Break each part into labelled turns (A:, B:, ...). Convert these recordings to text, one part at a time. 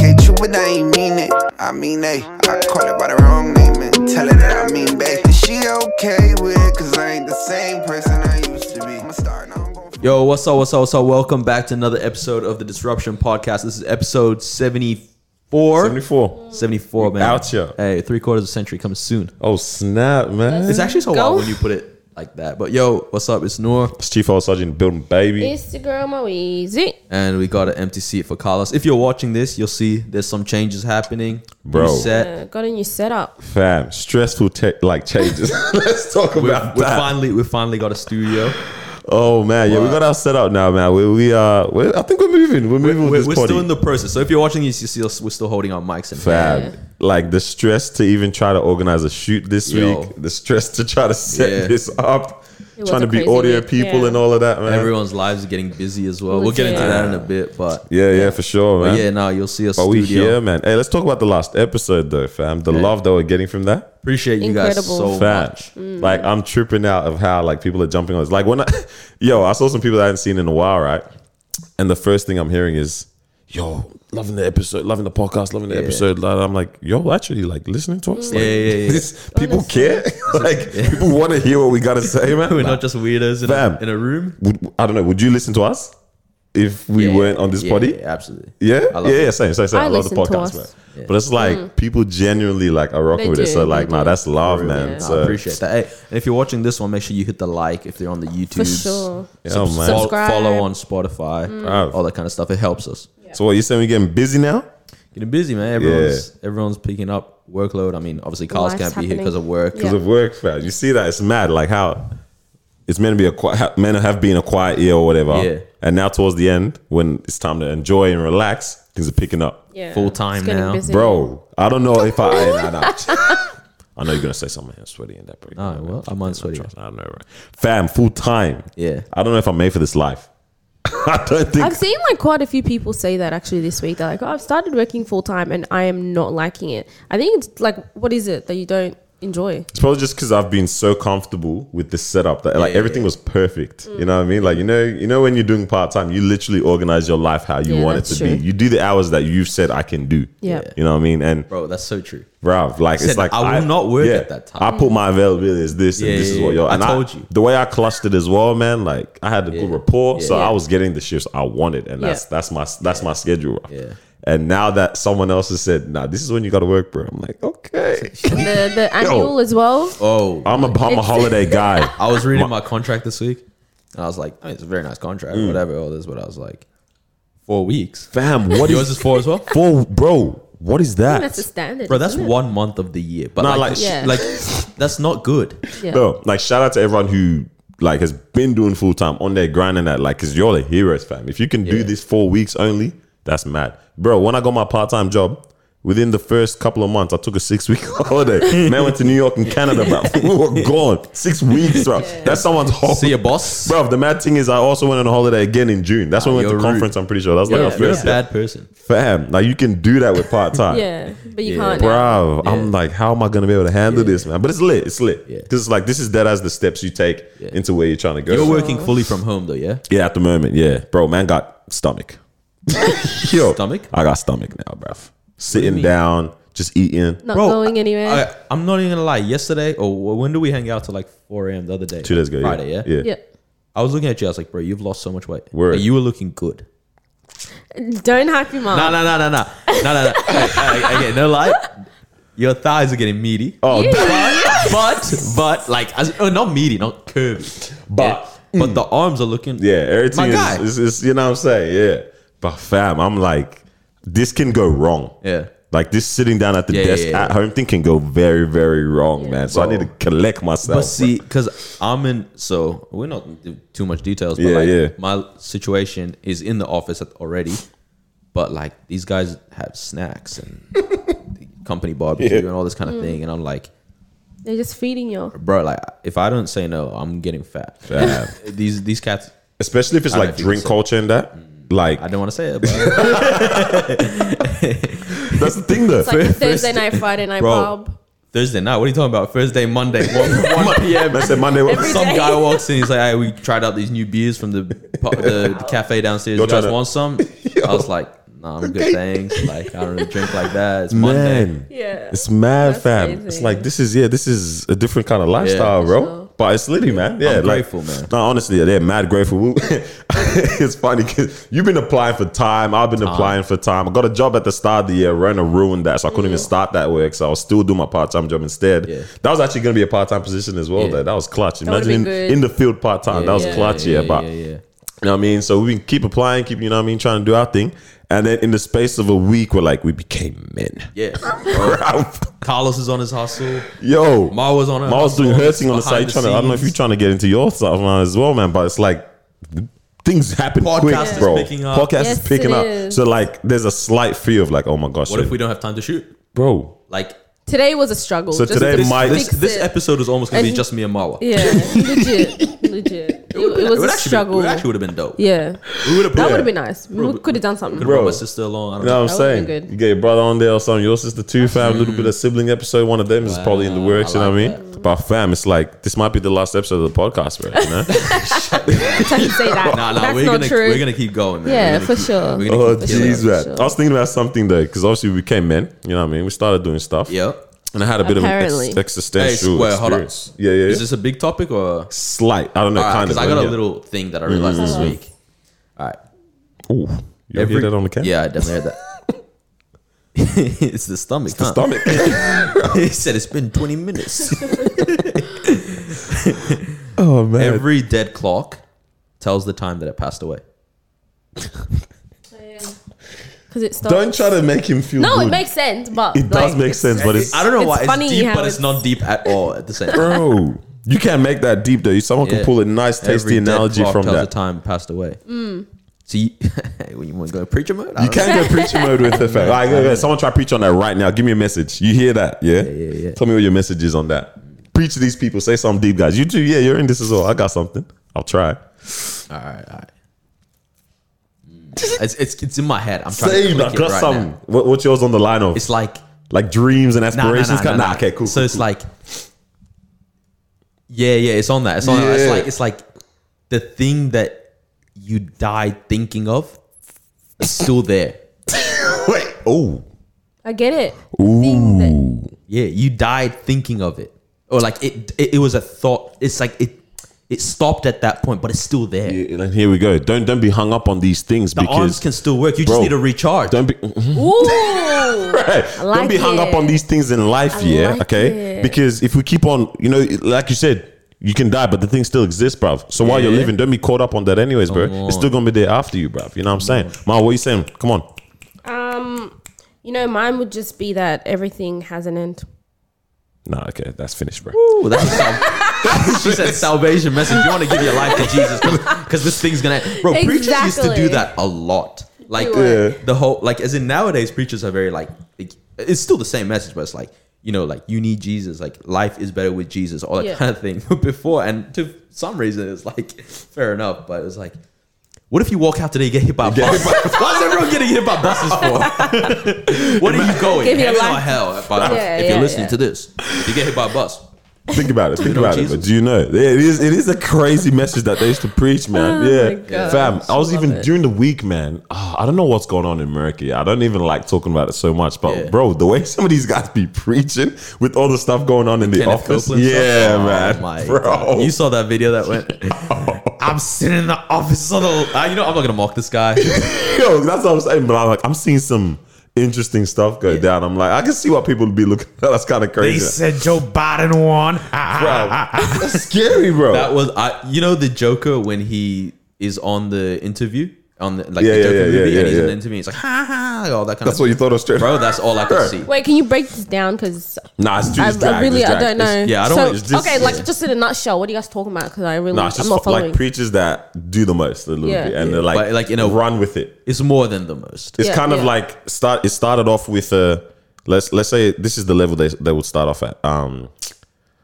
A: I ain't mean it. I mean, hey, I call it by the wrong name and tell her that I mean, babe. And she okay with it, cause I ain't the same person I used to be. I'm a star, now I'm gon'
B: Yo, what's up, what's up, what's up? Welcome back to another episode of the Disruption Podcast. This is episode 74.
C: 74.
B: 74, man.
C: Oucha.
B: Hey, three quarters of a century comes soon.
C: Oh, snap, man.
B: It's actually so
D: Go.
B: wild when you put it like that. But yo, what's up? It's Noor,
C: It's Chief Old Sergeant building baby.
D: It's the girl Moeezy.
B: and we got an empty seat for Carlos. If you're watching this, you'll see there's some changes happening.
C: Bro.
B: New set.
D: Uh, got a new setup.
C: Fam, stressful tech like changes. Let's talk
B: We've,
C: about
B: we
C: that.
B: finally we finally got a studio.
C: Oh man, yeah, we got our setup now, man. We we are. we I think we're moving. We're moving
B: We're,
C: with
B: we're
C: this
B: still in
C: potty.
B: the process. So if you're watching this, you see us, we're still holding our mics in hand.
C: Fam, like the stress to even try to organize a shoot this
B: Yo.
C: week. The stress to try to set
B: Yeah.
C: this up.
D: was
C: Trying
D: a
C: to be
D: crazy
C: audio
D: week,
C: people
D: yeah.
C: and all of that, man.
B: Everyone's lives are getting busy as well. We'll get into
D: Yeah.
B: that in a bit, but
C: yeah, yeah, for sure, man.
B: but yeah, now you'll see us.
C: But
B: studio.
C: we here, man. Hey, let's talk about the last episode though, fam. The love that we're getting from that.
B: Appreciate you guys
D: Incredible.
B: so
C: Fam.
B: much.
C: Like I'm tripping out of how like people are jumping on this. Like when I, yo, I saw some people that I hadn't seen in a while, right? And the first thing I'm hearing is, yo, loving the episode, loving the podcast, loving the episode. Like, I'm like, yo, actually, like listening to us, like,
B: Yeah, yeah, yeah.
C: this- people care. like people want to hear what we gotta say, man.
B: We're
C: Like,
B: not just weirdos in,
C: Fam.
B: a, in a room.
C: would- I don't know. Would you listen to us if we weren't on this
B: yeah,
C: body?
B: yeah, absolutely.
C: Yeah,
B: I
C: yeah,
B: love
C: yeah, same, same, same.
D: I
C: I, love the
D: listen to
C: podcast,
D: us.
C: man. But it's like
B: Mm.
C: people genuinely like are rocking
D: They
C: with it.
D: do,
C: So
D: they
C: like, nah,
D: do.
C: that's love,
B: Really,
C: man.
B: man.
C: So
B: I appreciate that. Hey, and if you're watching this one, make sure you hit the like if they're on the YouTube.
D: sure. Mm.
C: Yeah, man.
B: Follow,
D: Subscribe.
B: follow on Spotify,
C: Bruv.
B: all that kind of stuff. It helps us.
C: So what you saying? We getting busy now?
B: Getting busy, man. Everyone's everyone's picking up workload. I mean, obviously, Carlos
D: Life's
B: can't be here
D: happening.
B: because of work.
D: Yeah.
C: Because of work, fam. You see that? It's mad. Like how it's meant to be a quiet, men have been a quiet year or whatever.
B: Yeah.
C: And now towards the end, when it's time to enjoy and relax, things are picking up.
D: Yeah.
B: Full time
D: It's getting
B: now.
D: busy.
C: Bro, I don't know if I. I, I know you're gonna say something here sweaty in that break.
B: Oh, well, I'm on sweaty.
C: I don't know, right? Fam, full time.
B: Yeah.
C: I don't know if I'm made for this life. I don't think.
D: I've seen like quite a few people say that actually this week. They're like, oh, I've started working full time and I am not liking it. I think it's like, what is it that you don't enjoy?
C: It's probably just because I've been so comfortable with the setup that like
B: yeah, Mm.
C: everything was perfect. You know what I mean? Like you know, you know when you're doing part time, you literally organize your life how you
D: Yeah,
C: want it to
D: that's
C: be.
D: true.
C: You do the hours that you've said I can do.
D: Yeah.
C: You know what I mean? And
B: Bro, that's so true.
C: bro, like
B: Said,
C: it's like
B: "I will not work at that time."
C: I put my availability as this,
B: Yeah,
C: and this
B: yeah,
C: is what
B: yeah.
C: you're.
B: I
C: And
B: told you.
C: the way I clustered as well, man. Like I had a good rapport, so
D: Yeah.
C: I was getting the shifts I wanted, and
D: Yeah.
C: that's that's my that's my schedule. bro.
B: Yeah.
C: And now that someone else has said, "Nah, this is when you got to work, bro," I'm like, okay.
D: The, the annual as well.
B: Oh,
C: I'm a I'm a holiday guy.
B: I was reading my contract this week, and I was like, oh, it's a very nice contract,
C: Mm.
B: whatever. All this, but I was like, four weeks.
C: Fam, what
B: Yours
C: is
B: is four as well.
C: four, bro? What is
D: I
C: that?
D: think that's the standard.
B: Bro, that's
D: isn't it?
B: one month of the year, but
C: Nah,
B: like,
C: like-
B: sh-
D: Yeah.
B: like, that's not good.
D: Yeah.
C: Bro, like shout out to everyone who like has been doing full time on their grind and that. Like, cause you're the heroes, fam. If you can do
B: Yeah.
C: this four weeks only, that's mad, bro. When I got my part time job. Within the first couple of months, I took a six week holiday. Man went to New York and Canada, bro. We were gone. Six weeks, bro. That's someone's whole.
B: See your boss.
C: Bro, the mad thing is, I also went on a holiday again in June. That's when we went
B: you're
C: to
B: rude.
C: conference, I'm pretty sure. That's
B: Yeah,
C: like our
B: you're a
C: first year.
B: bad person.
C: Fam, like you can do that with part time.
D: Yeah. But you
B: Yeah.
D: can't. now.
C: Bro, I'm like, how am I gonna be able to handle this, man? But it's lit, it's lit.
B: Yeah.
C: Because like this is that as the steps you take
B: Yeah.
C: into where you're trying to go.
B: You're working fully from home though, yeah.
C: yeah, at the moment, yeah, bro. Man got stomach. Yo,
B: Stomach?
C: I got stomach now, bro.
B: mean?
C: Sitting down, just eating.
D: Not going anywhere.
B: I, I'm not even gonna lie. Yesterday, or wh- when do we hang out till like 4 a.m. the other day?
C: Two days ago,
B: Friday, yeah.
C: yeah,
D: yeah.
B: I was looking at you. I was like, bro, you've lost so much weight.
C: Word.
B: Like, you were looking good.
D: Don't hype him up.
B: No, no, no, no, no, no, no, no. Hey, hey, Okay, no lie. Your thighs are getting meaty.
C: Oh,
B: but, but, but, like, as, oh, not meaty, not curvy.
C: But- mm.
B: Yeah. but the arms are looking.
C: yeah. Everything
B: My guy.
C: is, is, is, you know what I'm saying, yeah. But fam, I'm like, this can go wrong.
B: yeah.
C: Like this sitting down at the
B: Yeah, yeah,
C: desk
B: yeah,
C: at
B: yeah.
C: home thing can go very, very wrong, man. So I
B: Bro.
C: need to collect myself.
B: But see, because I'm in, so we're not in too much details. But
C: Yeah,
B: like,
C: yeah.
B: My situation is in the office at- already, but like these guys have snacks and the company barbecue
C: Yeah.
B: and all this kind of thing, and I'm like,
D: They're just feeding you.
B: bro, like if I don't say no, I'm getting fat.
C: Fam.
B: these these cats,
C: especially if it's
B: I don't know
C: like
B: if you can
C: drink
B: say.
C: culture and that. Like
B: I don't want to say it, but
C: that's the thing though.
D: It's like
B: Thursday
D: Thursday night, Friday night,
B: Bro.
D: Bob.
B: Thursday night, what are you talking about? Thursday, Monday, one, 1 p.m.
C: That's a Monday.
D: Every
B: Some
D: day.
B: guy walks in. He's like, "Hey, we tried out these new beers from the pu- the, the cafe downstairs.
C: You're
B: you guys
C: trying to-
B: want some?" I was like, nah, I'm good, thanks. Like, I don't really drink like that. It's Monday.
C: Man,
D: Yeah.
C: it's mad,
D: That's
C: fam. It's
D: amazing.
C: like this is yeah, this is a different kind of lifestyle,
B: for
C: bro.
D: sure.
C: But it's litty, man. Yeah,
B: I'm
C: like,
B: grateful, man.
C: No, honestly, they're mad grateful. We- it's funny because you've been applying for time. I've been applying for time. I got a job at the start of the year. Rona ruined that, so I couldn't even start that work. So I was still doing my part time job instead.
B: Yeah.
C: That was actually going to be a part time position as well.
B: Yeah.
C: Though. That was clutch.
D: would've
C: Imagine in,
D: been good.
C: in the field part time. that was
D: yeah,
C: clutch. Yeah, but
B: yeah, yeah.
C: you know what I mean? So we can keep applying, keep, you know what I mean, trying to do our thing. And then in the space of a week, we're like, we became men.
B: Yeah.
C: Ralph.
B: Carlos is on his hustle.
C: Yo.
B: Ma was on her.
C: Mar's doing
B: hustle.
C: her thing on the side.
B: Behind
C: trying to, I don't know if you're
B: scenes.
C: trying to get into your stuff man, as well, man, but it's like things happen
B: Podcast
C: quick,
B: is
C: bro.
B: picking up.
C: Podcast
D: Yes,
C: is picking
D: it
C: up.
D: is.
C: So, like, there's a slight fear of, like, oh my gosh,
B: What if
C: shit.
B: we don't have time to shoot?
C: bro.
B: Like,
D: Today was a struggle.
C: So
D: just
C: today
D: to
C: might-
B: this,
D: fix
B: this
D: it.
B: episode is almost going to be
D: And-
B: just me and Marwa.
D: Yeah, legit, legit. It,
B: would've been-
D: it was
B: would
D: a
B: actually
D: struggle.
B: Be, it actually would have been dope.
D: yeah,
B: We would have
D: that
B: brought,
D: would have been nice.
B: Bro,
D: we could have done something.
B: could've brought
C: Bro.
B: my sister along. I don't
C: You know
B: know.
C: what I'm
D: That would've
C: saying?
D: been good.
C: You get your brother on there or something, your sister too, fam. A little bit of sibling episode. One of them is probably in the
B: Mm-hmm. Wow,
C: works,
B: I
C: you know what I
B: like
C: mean? But, fam, it's like, this might be the last episode of the podcast, bro. You know?
D: I can say that.
B: Nah, nah,
D: That's
B: we're
D: not
B: gonna
D: true.
B: we're gonna keep going, man.
D: Yeah,
B: We're gonna
D: for
B: keep-
D: sure.
B: we're gonna
C: Oh
B: keep killing.
C: jeez, man!
D: sure.
C: I was thinking about something though, because obviously we became men. You know what I mean? We started doing stuff.
B: Yeah.
C: And I had a bit
D: Apparently.
C: of an ex-
B: Hey,
C: existential
B: square, hold on.
C: experience. Yeah, yeah.
B: Is
C: yeah.
B: this a big topic or?
C: Slight. I don't know. kind
B: Because
C: of.
B: I got
C: yeah.
B: a little thing that I realized this week. All right.
C: Ooh, you ever hear that on the camera?
B: Yeah, I definitely heard that. it's the stomach. huh?
C: Stomach.
B: he said it's been 20 minutes.
C: oh man.
B: Every dead clock tells the time that it passed away.
D: Because it starts.
C: don't try to make him feel.
D: no,
C: good.
D: it makes sense, but
C: It does
D: like,
C: make sense, but it's
B: I don't know
D: It's
B: why it's
D: funny
B: deep,
D: how
B: but it's,
D: it's-
B: not deep at all at the same time.
C: bro. You can't make that deep though. Someone can
B: Yeah.
C: pull a nice, tasty
B: Every dead
C: analogy
B: clock
C: from
B: tells
C: that.
B: the time passed away.
D: Mm.
B: So you, when you want to go preacher mode, I
C: You
B: don't know.
C: can't go preacher mode with the fact. Like, okay, someone try preach on that right now. Give me a message. You hear that? Yeah?
B: yeah, yeah.
C: Tell me what your message is on that. Preach to these people. Say something deep, guys. You too. Yeah, you're in this as well. I got something. I'll try.
B: All right, all right. Mm. It's, it's it's in my head. I'm trying
C: Say,
B: to
C: I
B: click
C: got
B: it right
C: something.
B: now.
C: What, what's yours on the line of?
B: It's like
C: like dreams and
B: nah, nah,
C: aspirations.
B: nah,
C: kind
B: nah,
C: of-
B: nah.
C: okay, cool.
B: So
C: cool,
B: it's
C: cool.
B: like, yeah, yeah, it's on that. It's on. That.
C: Yeah.
B: It's like it's like the thing that you died thinking of is still there.
C: wait. Oh,
D: I get it. Thing that-
B: Yeah, you died thinking of it, or like it. It, it was a thought. It's like it. It stopped at that point, but it's still there.
C: yeah, and here we go. Don't don't be hung up on these things
B: The arms
C: because
B: can still work. You
C: Bro,
B: just need to recharge.
C: don't be.
D: Ooh,
C: don't
D: like
C: be hung up
D: it.
C: on these things in life, yeah.
D: like
C: okay,
D: it.
C: because if we keep on, you know, like you said, you can die, but the thing still exists, bruv. So while you're
B: Yeah.
C: living, don't be caught up on that, anyways, bro.
B: Come
C: It's still gonna be there after you, bruv. You know what I'm saying, Ma? What you saying? Come on.
D: um, you know, mine would just be that everything has an end.
C: Nah, okay, that's finished, bro.
B: Ooh, that's a sal- she said salvation message. You want to give your life to Jesus because this thing's gonna. Bro, preachers used to do
D: Exactly.
B: that a lot. Like
D: Do it.
B: the whole like as in nowadays preachers are very like like, it's still the same message, but it's like you know like you need Jesus, like life is better with Jesus, all that
D: Yeah.
B: kind of thing. Before and to some reason it's like fair enough, but it was like. What if you walk out today and get hit by a bus? Why's everyone getting hit by buses for? what are you going?
D: Give your
B: Heaven or
D: life-
B: hell? But
D: Yeah,
B: if
D: yeah,
B: you're listening
D: yeah.
B: to this, if you get hit by a bus,
C: Think about it. Think
B: know
C: about it.
B: Jesus.
C: But do you know? It is. It is a crazy message that they used to preach, man.
D: Oh my
C: yeah,
D: gosh,
C: fam. I was
D: love
C: even
D: it.
C: during the week, man. ah, I don't know what's going on in America. I don't even like talking about it so much. But
B: Yeah.
C: bro, the way some of these guys be preaching with all the stuff going on in the
B: Kenneth
C: office,
B: Copeland stuff?
C: yeah,
B: Oh
C: man,
B: my
C: bro. Oh.
B: God. You saw that video that went. I'm sitting in the office on the. Uh, you know, I'm not gonna mock this guy.
C: Yo, that's what I'm saying. But I'm like, I'm seeing some interesting stuff go down. I'm like, I can see why people would be looking. that's kind of
E: They
C: crazy,
E: said Joe Biden won.
C: bro. that's scary, bro.
B: That was I. You know the Joker when he is on the interview on the like
C: Yeah, yeah,
B: the Joker
C: yeah,
B: movie
C: yeah,
B: and he's
C: yeah,
B: in
C: yeah.
B: the interview. And he's like ha ha, like, all that kind
C: that's
B: of.
C: what you thought of straight,
B: bro, that's all I
C: Bro.
B: could see.
D: Wait, can you break this down? Because
C: Nah, it's just
D: I,
C: drag,
D: I really,
C: it's
D: I
C: drag.
D: don't know.
B: yeah, I don't
D: So,
B: want-
C: it's just-
D: okay,
B: yeah.
D: like just in a nutshell, what are you guys talking about? Because I really,
C: No, it's
D: I'm
C: just
D: not
C: fu-
D: following.
C: like preachers that do the most a little
D: Yeah.
C: bit, and they're like,
B: But, like, you know-
C: run with it.
B: It's more than the most.
C: It's
D: Yeah,
C: kind of
D: yeah.
C: like start. It started off with a let's let's say this is the level they they would start off at. Um,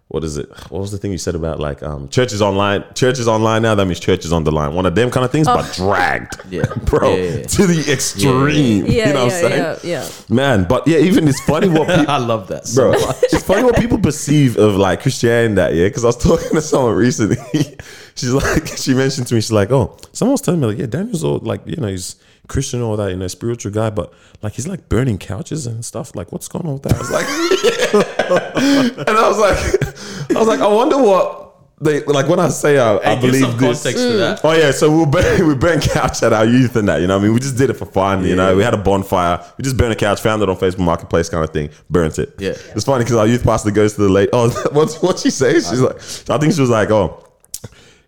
C: what is it? What was the thing you said about like um churches online? Churches online now. That means churches on the line. One of them kind of things,
D: Oh.
C: but dragged,
B: Yeah.
C: bro,
B: Yeah, yeah.
C: to the extreme.
D: yeah,
C: you know
D: yeah,
C: what I'm saying,
D: yeah, yeah.
C: man? But yeah, even it's funny what people.
B: I love that, so
C: bro.
B: much.
C: it's funny what people perceive of like Christianity and that, yeah. Because I was talking to someone recently. she's like, she mentioned to me, she's like, oh, someone was telling me like, yeah, Daniel's all like, you know, he's Christian or that, you know, spiritual guy, but like he's like burning couches and stuff. Like, what's going on with that? I was like, and I was like, I was like, I wonder what they like when I say I, I
B: Hey, give
C: believe
B: some
C: this.
B: context to that.
C: Oh yeah, so we were burn, we burned couch at our youth and that. You know, what I mean, we just did it for fun. You know, we had a bonfire. We just burned a couch, found it on Facebook Marketplace, kind of thing. Burnt it.
B: Yeah.
C: it's funny because our youth pastor goes to the late. Oh, what's what she say? She's like, I think she was like, oh.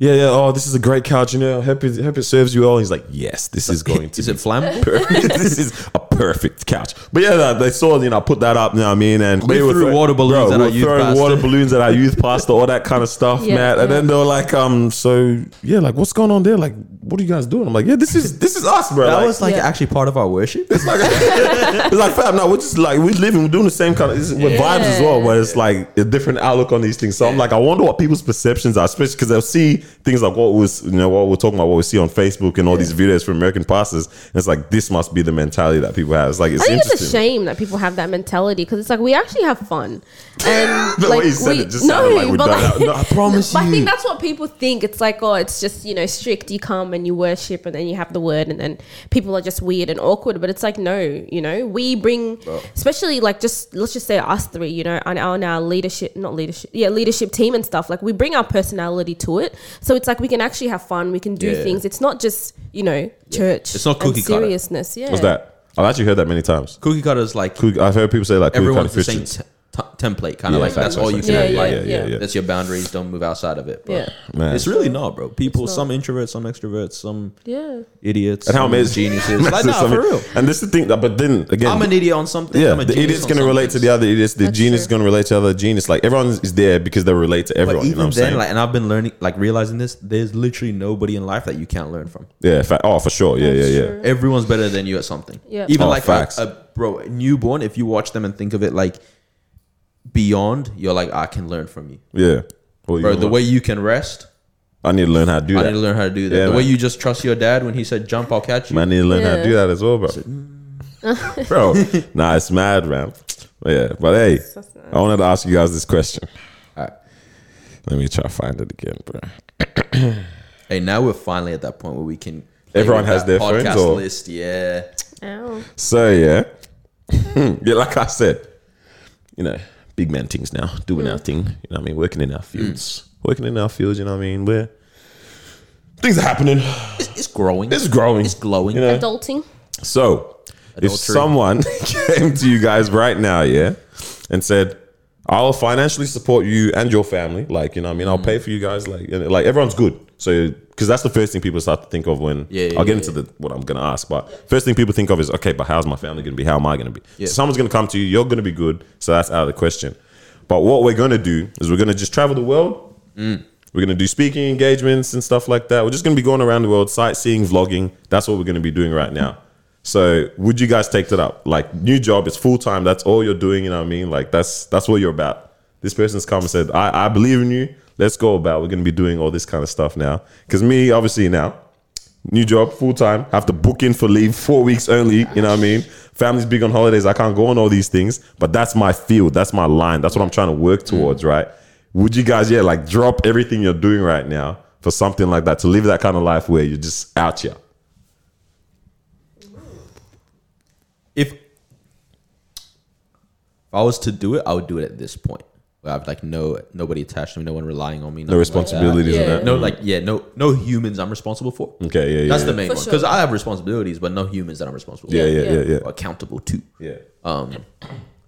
C: Yeah, yeah. Oh, this is a great couch. You know, hope it, hope it serves you well. He's like, yes, this is going to.
B: Is
C: be
B: it flammable?
C: perfect. this is a perfect couch. But yeah, no, they saw, you know, I put that up, you know what I mean? And
B: We
C: were
B: threw
C: throw-
B: water balloons
C: bro,
B: at
C: we
B: our
C: were
B: youth
C: throwing
B: pastor.
C: water balloons at our youth pastor, all that kind of stuff,
D: Yeah,
C: Matt. And
D: yeah.
C: then they were like, um, so yeah, like what's going on there? Like, what are you guys doing? I'm like, yeah, this is this is us, bro.
B: That
C: Like,
B: was like
D: Yeah.
B: actually part of our worship.
C: it's like, it's like, fam, no, we're just like, we're living, we're doing the same kind of it's- we're vibes as well, where it's like a different outlook on these things. So I'm like, I wonder what people's perceptions are, especially because they'll see things like what was, you know, what we're talking about, what we see on Facebook and all these videos from American pastors. And it's like, this must be the mentality that people have. It's like, it's
D: I think it's a
C: interesting.
D: shame that people have that mentality because it's like we actually have fun. And
C: The
D: like,
C: way you said
D: we-
C: it just sounded like we're
D: but,
C: done.
D: like-
C: No, I promise
D: but I
C: you.
D: think that's what people think. It's like, oh, it's just you know strict. You come and you worship, and then you have the word, and then people are just weird and awkward. But it's like, no, you know, we bring, especially like just let's just say us three, you know, on our, on our leadership, not leadership, yeah, leadership team and stuff. Like we bring our personality to it, so it's like we can actually have fun. We can do
B: Yeah.
D: things. It's not just you know church.
B: It's not cookie
D: and
B: cutter.
D: seriousness. Yeah,
C: What's that? I've actually heard that many times.
B: Cookie cutter is like
C: Cool- I've heard people say like, cool kind of
B: everyone's the same
C: Christians.
B: t- t- template, kind of
C: Yeah,
B: like that's
C: exactly,
B: all you can have.
C: exactly.
D: Yeah,
B: like,
D: yeah, yeah, yeah.
B: That's your boundaries. Don't move outside of it. But
D: Yeah.
C: Man.
B: it's really not, bro. People, some introverts, some extroverts, some
D: Yeah.
B: idiots,
C: and how
B: some
C: amazing
B: geniuses. like,
C: That's just
B: nah, for
C: something-
B: real.
C: And this is the thing that, but then again,
B: I'm an idiot on something.
C: Yeah,
B: I'm a
C: the
B: genius
C: idiot's
B: on
C: gonna
B: some
C: relate to
B: things.
C: the other idiots. The
D: That's
C: genius
D: true.
C: is gonna relate to the other genius. Like everyone is there because they relate to
B: But
C: everyone. you know
B: even
C: what I'm
B: then,
C: saying?
B: like, and I've been learning, like realizing this. There's literally nobody in life that you can't learn from.
C: yeah, fa- oh for sure. Yeah, yeah,
D: That's
C: yeah.
D: true.
B: Everyone's better than you at something.
D: Yeah.
B: Even
C: Oh,
B: like a,
C: facts.
B: a bro a newborn, if you watch them and think of it like beyond, you're like, I can learn from you,
C: Yeah. Well, you
B: bro.
C: know
B: The
C: what?
B: way you can rest,
C: I need to learn how to do
B: I
C: that.
B: need to learn how to do that.
C: Yeah,
B: the way
C: man.
B: you just trust your dad when he said, "Jump, I'll catch you."
C: Man, I need to learn how to
D: Yeah.
C: do that as well, bro. bro, nah, it's mad, man. But yeah, but hey,
D: That's nice.
C: I wanted to ask you guys this question.
B: All right.
C: Let me try to find it again, bro.
B: Hey, now we're finally at that point where we can. play
C: Everyone
B: with
C: has
B: that
C: their phones,
B: podcast
C: or-
B: list. Yeah,
D: Ow.
C: So yeah, yeah, like I said, you know, big man things now, doing our thing. You know what I mean? Working in our fields, working in our fields. You know what I mean? Where things are happening,
B: it's, it's growing.
C: it's growing.
B: It's glowing.
C: You know,
D: Adulting.
C: So, if
B: Adultery.
C: someone came to you guys right now, yeah, and said, "I'll financially support you and your family," like you know, what I mean, I'll pay
B: Mm-hmm.
C: for you guys, like and, like everyone's good. So, because that's the first thing people start to think of when
B: Yeah, yeah,
C: I'll get
B: yeah,
C: into the what I'm gonna ask, but first thing people think of is, okay, but how's my family gonna be? How am I gonna be?
B: Yeah.
C: So someone's gonna come to you, you're gonna be good. So that's out of the question. But what we're gonna do is we're gonna just travel the world. We're gonna do speaking engagements and stuff like that. We're just gonna be going around the world, sightseeing, vlogging. That's what we're gonna be doing right now. So would you guys take that up? Like new job, it's full time. That's all you're doing. You know what I mean? Like that's that's what you're about. This person's come and said, I, I believe in you. Let's go about. We're gonna be doing all this kind of stuff now. Because me, obviously now, new job, full time, have to book in for leave, four weeks only. You know what I mean? Family's big on holidays. I can't go on all these things, but that's my field. That's my line. That's what I'm trying to
D: Mm.
C: work towards, right? Would you guys, yeah, like drop everything you're doing right now for something like that to live that kind of life where you're just out here?
B: if if I was to do it, I would do it at this point. Where I've like no nobody attached to me, no one relying on me, nothing
C: No
B: like that.
C: responsibilities
D: Yeah.
C: and that.
B: no, like yeah, no no humans I'm responsible for.
C: Okay, yeah, yeah.
B: That's the
C: yeah.
B: main
D: For
B: one
D: sure.
B: because I have responsibilities, but no humans that I'm responsible
C: Yeah,
B: for
C: yeah, yeah, yeah.
B: or accountable to.
C: Yeah.
B: Um,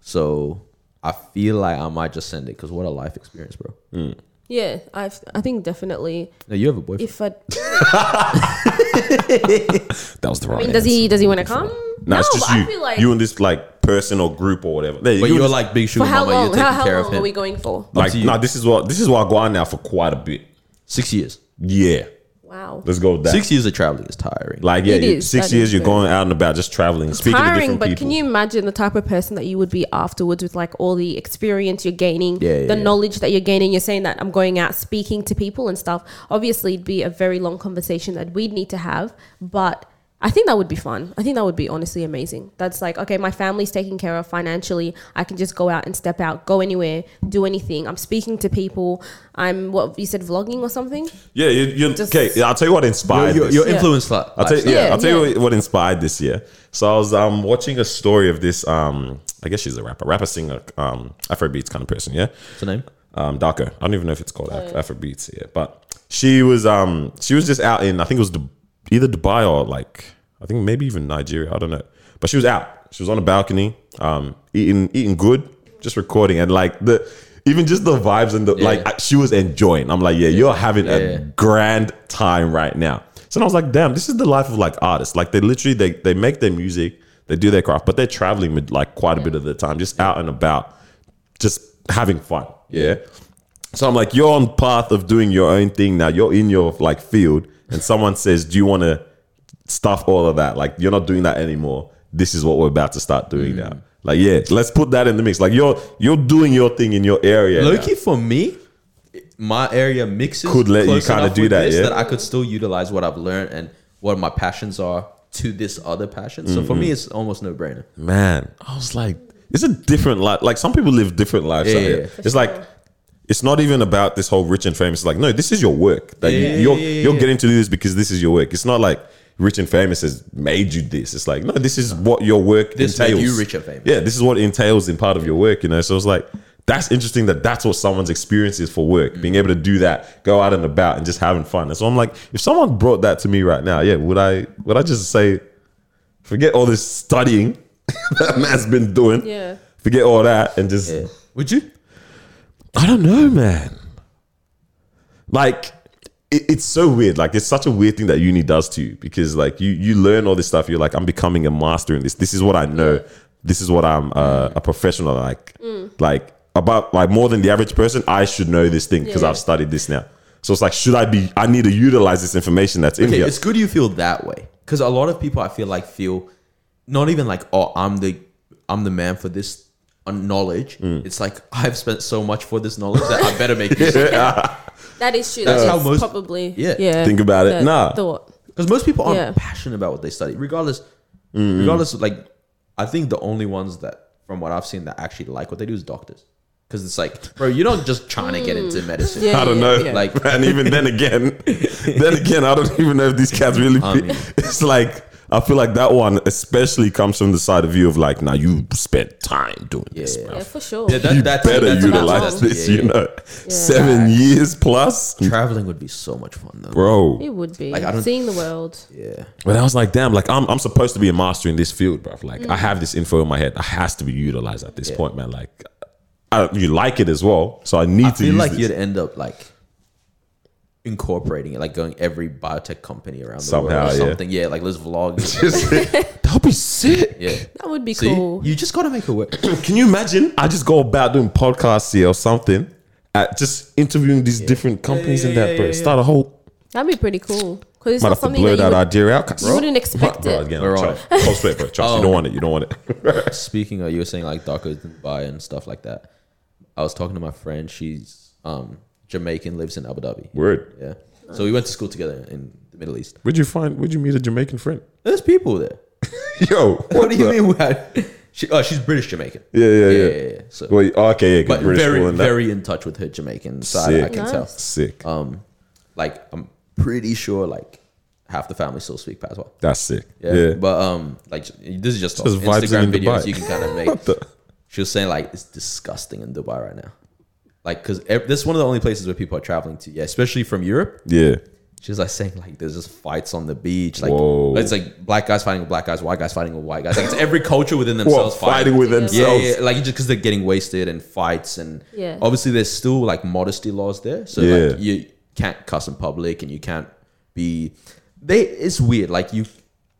B: so I feel like I might just send it because what a life experience, bro.
D: Yeah, I I think definitely
B: No, you have a boyfriend.
D: if I,
C: That was the wrong
D: I mean, does he does he want to come?
C: No, it's just
D: but
C: you.
D: I feel like
C: you and this like person or group or whatever. There,
B: but
C: you
B: you're
C: and-
B: like big shoe
D: for how
B: mama,
D: long?
B: you're taking
D: How, how
B: care
D: long
B: of
D: are
B: him.
D: we going for?
C: like
B: to you.
C: nah, this is what this is what I go out now for quite a bit.
B: Six years.
C: Yeah.
D: Wow,
C: Let's go with that.
B: Six years of traveling is tiring.
C: Like yeah,
D: It
C: you-
D: is.
C: six
D: That
C: years
D: is
C: you're
D: very-
C: going out and about, just traveling, speaking to
D: tiring.
C: different
D: But
C: people.
D: can you imagine the type of person that you would be afterwards with like all the experience you're gaining,
B: Yeah, yeah,
D: the
B: yeah.
D: knowledge that you're gaining? You're saying that I'm going out speaking to people and stuff. Obviously, it'd be a very long conversation that we'd need to have, but I think that would be fun. I think that would be honestly amazing. That's like, okay, my family's taken care of financially. I can just go out and step out, go anywhere, do anything. I'm speaking to people. I'm what you said, vlogging or something.
C: Yeah, you, you,
D: Just-
C: okay. yeah, I'll tell you what
B: You're,
C: inspired
B: you're,
C: this.
B: you're
D: Yeah.
B: influenced like.
C: I'll tell you, yeah,
D: Yeah,
C: I'll tell you
D: yeah.
C: what- what inspired this year. So I was um, watching a story of this. Um, I guess she's a rapper, rapper singer, um, Afrobeats kind of person. Yeah,
B: What's her name?
C: um, Darko. I don't even know if it's called Af- Afrobeats. Yeah, but she was um, she was just out in I think it was Dub either Dubai or like I think maybe even Nigeria. I don't know, but she was out. She was on a balcony, um, eating eating good, just recording, and like the even just the vibes and the like.
B: Yeah.
C: I- she was enjoying. I'm like, yeah, you're having a
B: Yeah.
C: grand time right now. So then I was like, damn, this is the life of like artists. Like they literally they they make their music, they do their craft, but they're traveling with like quite a bit of the time, just out and about, just having fun. Yeah. So I'm like, you're on path of doing your own thing now. You're in your like field, and someone says, Do you want to stuff all of that? Like, you're not doing that anymore. This is what we're about to start doing now. Like, yeah, let's put that in the mix. Like you're you're doing your thing in your area. now.
B: Loki for me, my area mixes
C: Could let you
B: close
C: kinda
B: enough
C: do
B: with
C: that,
B: this
C: yeah.
B: That I could still utilize what I've learned and what my passions are to this other passion. So for me, it's almost no brainer.
C: man, I was like, it's a different life. Like some people live different lives. out
B: Yeah,
C: here.
B: yeah, yeah.
C: It's like it's not even about this whole rich and famous. Like, no, this is your work. Like
B: Yeah,
C: you're
B: yeah, yeah,
C: you're
B: yeah.
C: getting to do this because this is your work. It's not like rich and famous has made you this. It's like no, this is what your work
B: This made
C: entails.
B: you rich and famous.
C: Yeah, this is what it entails in part of your work. You know, so it's like. That's interesting that that's what someone's experience is for work,
B: Mm.
C: being able to do that, go out and about and just having fun. And so I'm like, if someone brought that to me right now, yeah, would I would I just say, forget all this studying that man's been doing.
D: Yeah.
C: Forget all that and just
B: Yeah. Would you?
C: I don't know, man. Like it, it's so weird. Like it's such a weird thing that uni does to you because like you you learn all this stuff. You're like I'm becoming a master in this. This is what I know. This is what I'm uh, a professional like.
D: Mm.
C: Like about like more than the average person, I should know this thing because
D: Yeah.
C: I've studied this now. So it's like should I be? I need to utilize this information that's in
B: Okay,
C: here.
B: it's good you feel that way because a lot of people I feel like feel not even like oh I'm the I'm the man for this uh, knowledge. It's like I've spent so much for this knowledge that I better make use of it.
D: That is true.
B: That's
D: That's
B: how most-
D: probably
B: yeah.
D: yeah.
C: Think about it.
D: the
C: Nah.
D: Thought.
B: because most people aren't
D: Yeah.
B: passionate about what they study regardless regardless of like i think the only ones that from what i've seen that actually like what they do is doctors because it's like bro you're not just trying to get into medicine
D: Mm. Yeah,
C: I don't
D: yeah,
C: know.
D: yeah.
B: Like-
C: and even then again, then again, I don't even know if these cats really.
B: I mean-
C: it's like I feel like that one especially comes from the side of you of like, now you spent time doing this,
B: Yeah.
C: bro.
D: Yeah, for sure.
B: Yeah, that-
C: you
B: that's-
C: better
B: that's
D: about
C: utilize
D: wrong.
C: this,
B: Yeah,
C: you
B: yeah.
C: know. Seven years plus,
B: traveling would be so much fun though
C: bro.
D: it would be
B: Like, I don't-
D: seeing the world.
B: yeah
C: But I was like, damn, like I'm, I'm supposed to be a master in this field, bro. Like
B: Mm.
C: I have this info in my head. I has to be utilized at this point, man. Like I, you like it as well, so I need
B: i
C: to
B: feel
C: use
B: like
C: this
B: you'd end up like incorporating it like going every biotech company around the
C: Somehow,
B: world or
C: yeah.
B: something yeah like let's vlog it.
C: That'll be sick.
B: yeah
D: That would be
B: See,
D: cool.
B: you just gotta make it work.
C: Can you imagine? I just go about doing podcasts here or something, at just interviewing these different companies
B: yeah,
C: and that,
B: yeah,
C: bro.
B: yeah,
C: Start a whole.
D: That'd be pretty cool because it's
C: Might
D: not
C: have to
D: something
C: blur
D: that
C: that,
D: you
C: idea
D: would
C: out. 'cause-
D: you wouldn't expect
C: bro,
D: it.
C: Again,
B: We're on
C: trust, cold sweat, bro. Trust, you don't want it. You don't want it.
B: Speaking of, you were saying like Docos in Dubai and stuff like that. I was talking to my friend. She's um Jamaican, lives in Abu Dhabi.
C: Word.
B: Yeah. So we went to school together in the Middle East.
C: Where'd you find? Where'd you meet a Jamaican friend?
B: There's people there.
C: Yo,
B: What do you
C: the-
B: mean? What? She, oh, she's British Jamaican.
C: Yeah, yeah, yeah.
B: So,
C: Well, okay, yeah,
B: but
C: good British school
B: very,
C: and that.
B: very in touch with her Jamaican side. I
C: Sick.
B: can
D: Nice.
C: sick.
B: tell. Um, like I'm pretty sure like half the family still speak Patois.
C: That's sick.
B: Yeah.
C: Yeah,
B: But um, like this is just,
C: Just vibes
B: Instagram
C: in Dubai.
B: videos you can kind of make.
C: What the-
B: she was saying like it's disgusting in Dubai right now. Like, cause ev- this is one of the only places where people are traveling to. Yeah, especially from Europe.
C: yeah.
B: She's like saying like there's just fights on the beach. Like
C: Whoa.
B: it's like black guys fighting with black guys, white guys fighting with white guys. Like it's every culture within
C: Well,
B: themselves
C: fighting with
D: Yeah.
B: yeah,
C: themselves.
B: yeah, like just because they're getting wasted and fights and
D: Yeah.
B: obviously there's still like modesty laws there, so
C: Yeah.
B: like you can't cuss in public and you can't be. They it's weird. Like you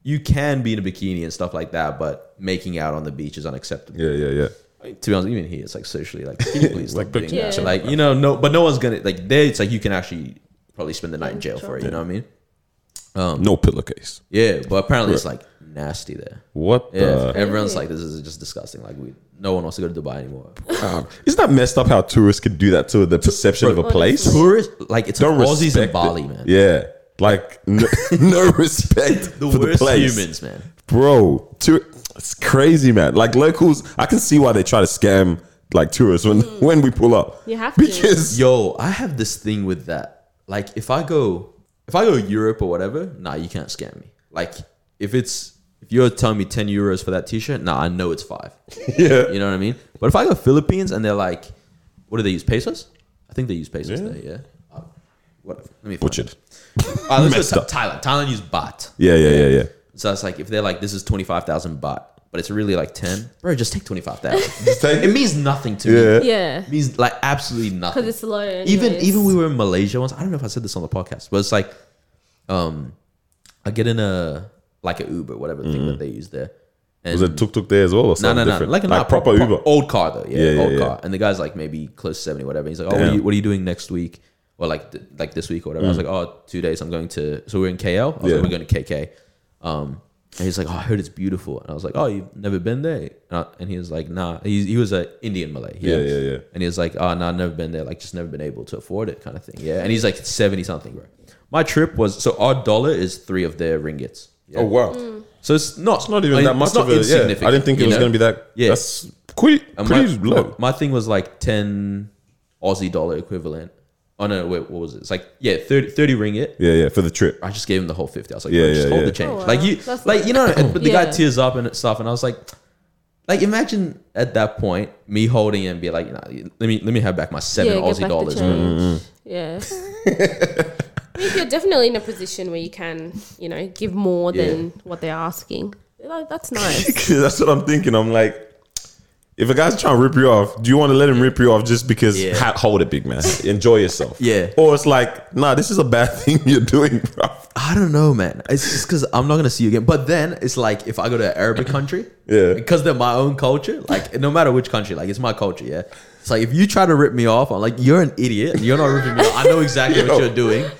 B: you can be in a bikini and stuff like that, but making out on the beach is unacceptable.
C: yeah, yeah, yeah.
B: To be honest, even here it's like socially like can you please
C: Like,
B: stop doing
C: but-
B: that?
D: Yeah.
B: Like you know no, but no one's gonna like there. It's like you can actually probably spend the night in jail for it. You
D: Yeah.
B: know what I mean?
C: No pillowcase.
B: Yeah, but apparently it's like nasty there.
C: What
B: Yeah,
C: the?
B: everyone's like, this is just disgusting. Like, we no one wants to go to Dubai anymore.
C: Wow. Isn't that messed up how tourists can do that to the perception of a place?
D: Honestly.
B: Tourist, like it's
C: Don't
B: Aussies
C: respect
B: in
C: it.
B: Bali, man.
C: Yeah. Like n- no respect
B: The
C: for
B: worst
C: the place.
B: humans, man.
C: bro. Tour- it's crazy, man. Like locals, I can see why they try to scam like tourists when when we pull up.
D: Mm. You have to.
C: because
B: Yo, I have this thing with that. Like, if I go, if I go Europe or whatever, nah, you can't scam me. Like, if it's if you're telling me ten euros for that T-shirt, nah, I know it's five.
C: yeah,
B: You know what I mean? But if I go Philippines and they're like, what do they use pesos? I think they use pesos
C: Yeah.
B: there. Yeah. Uh, Whatever. Let me find
C: butchered.
B: it. All right, let's
C: Messed
B: go
C: up.
B: to Thailand. Thailand use baht.
C: Yeah, yeah, yeah, yeah.
B: So it's like if they're like, this is twenty five thousand baht, but it's really like ten. Bro, just take twenty five thousand.
C: Just take
B: it means nothing to me.
C: Yeah.
D: Yeah.
B: It means like absolutely nothing.
D: Because it's low. Anyways.
B: even even we were in Malaysia once. I don't know if I said this on the podcast, but it's like, um, I get in a like a Uber, whatever thing that they use there. And
C: Mm-hmm. Was it tuk tuk there as well? Or
B: no,
C: something
B: no, no.
C: different?
B: Like, not pro-
C: proper, Uber.
B: Old car, though. Yeah,
C: Yeah, yeah,
B: old
C: yeah.
B: car. And the guy's like maybe close to 70, whatever. He's like, oh, what are,
C: Damn. Mm.
B: you, what are you doing next week? Or like, th- like this week or whatever. I was like, oh, two days. I'm going to, so we're in KL. I was
C: Yeah.
B: like, we're going to KK. Um, and he's like, oh, I heard it's beautiful. And I was like, oh, you've never been there? And, I- and he was like, nah. He, he was an Indian Malay.
C: Yeah, yeah, yeah.
B: And he was like, oh, no, I've never been there. Like, just never been able to afford it kind of thing. Yeah. And he's like 70 something, bro. My trip was, so our dollar is three of their ringgits. Yeah.
C: Oh wow,
D: Mm.
B: So it's not,
C: it's not even
B: I mean,
C: that much
B: it's not
C: of a. Yeah,
B: insignificant,
C: I didn't think it
B: you
C: was
B: know?
C: going to be that.
B: Yeah.
C: that's quite,
B: And
C: pretty
B: my,
C: low.
B: My thing was like 10 Aussie dollar equivalent. Oh, no, wait, what was it? It's like, yeah, 30, 30 ringgit.
C: Yeah, yeah, for the trip.
B: I just gave him the whole 50. I was like,
C: Yeah,
B: bro, just
C: yeah,
B: hold
C: yeah.
B: the change.
D: Oh, wow.
B: Like, you,
D: That's
B: like, you know, and- but the guy
D: Yeah.
B: tears up and stuff. And I was like, like, imagine at that point me holding it and be like, nah, let me, let me have back my seven
D: yeah, get
B: Aussie
D: back
B: dollars.
D: The change. Yeah. I mean, if you're definitely in a position where you can, you know, give more
B: Yeah.
D: than what they're asking. Like, That's nice.
C: that's what I'm thinking. I'm like, if a guy's trying to rip you off, do you want to let him rip you off just because?
B: Yeah.
C: Ha- hold it, big man. Enjoy yourself.
B: Yeah.
C: Or it's like, nah, this is a bad thing you're doing, bro.
B: I don't know, man. It's just because I'm not gonna see you again. But then it's like if I go to an Arabic country,
C: Yeah.
B: because they're my own culture. Like no matter which country, like it's my culture. Yeah, it's like if you try to rip me off, I'm like you're an idiot. You're not ripping me off. I know exactly
C: Yo.
B: what you're doing.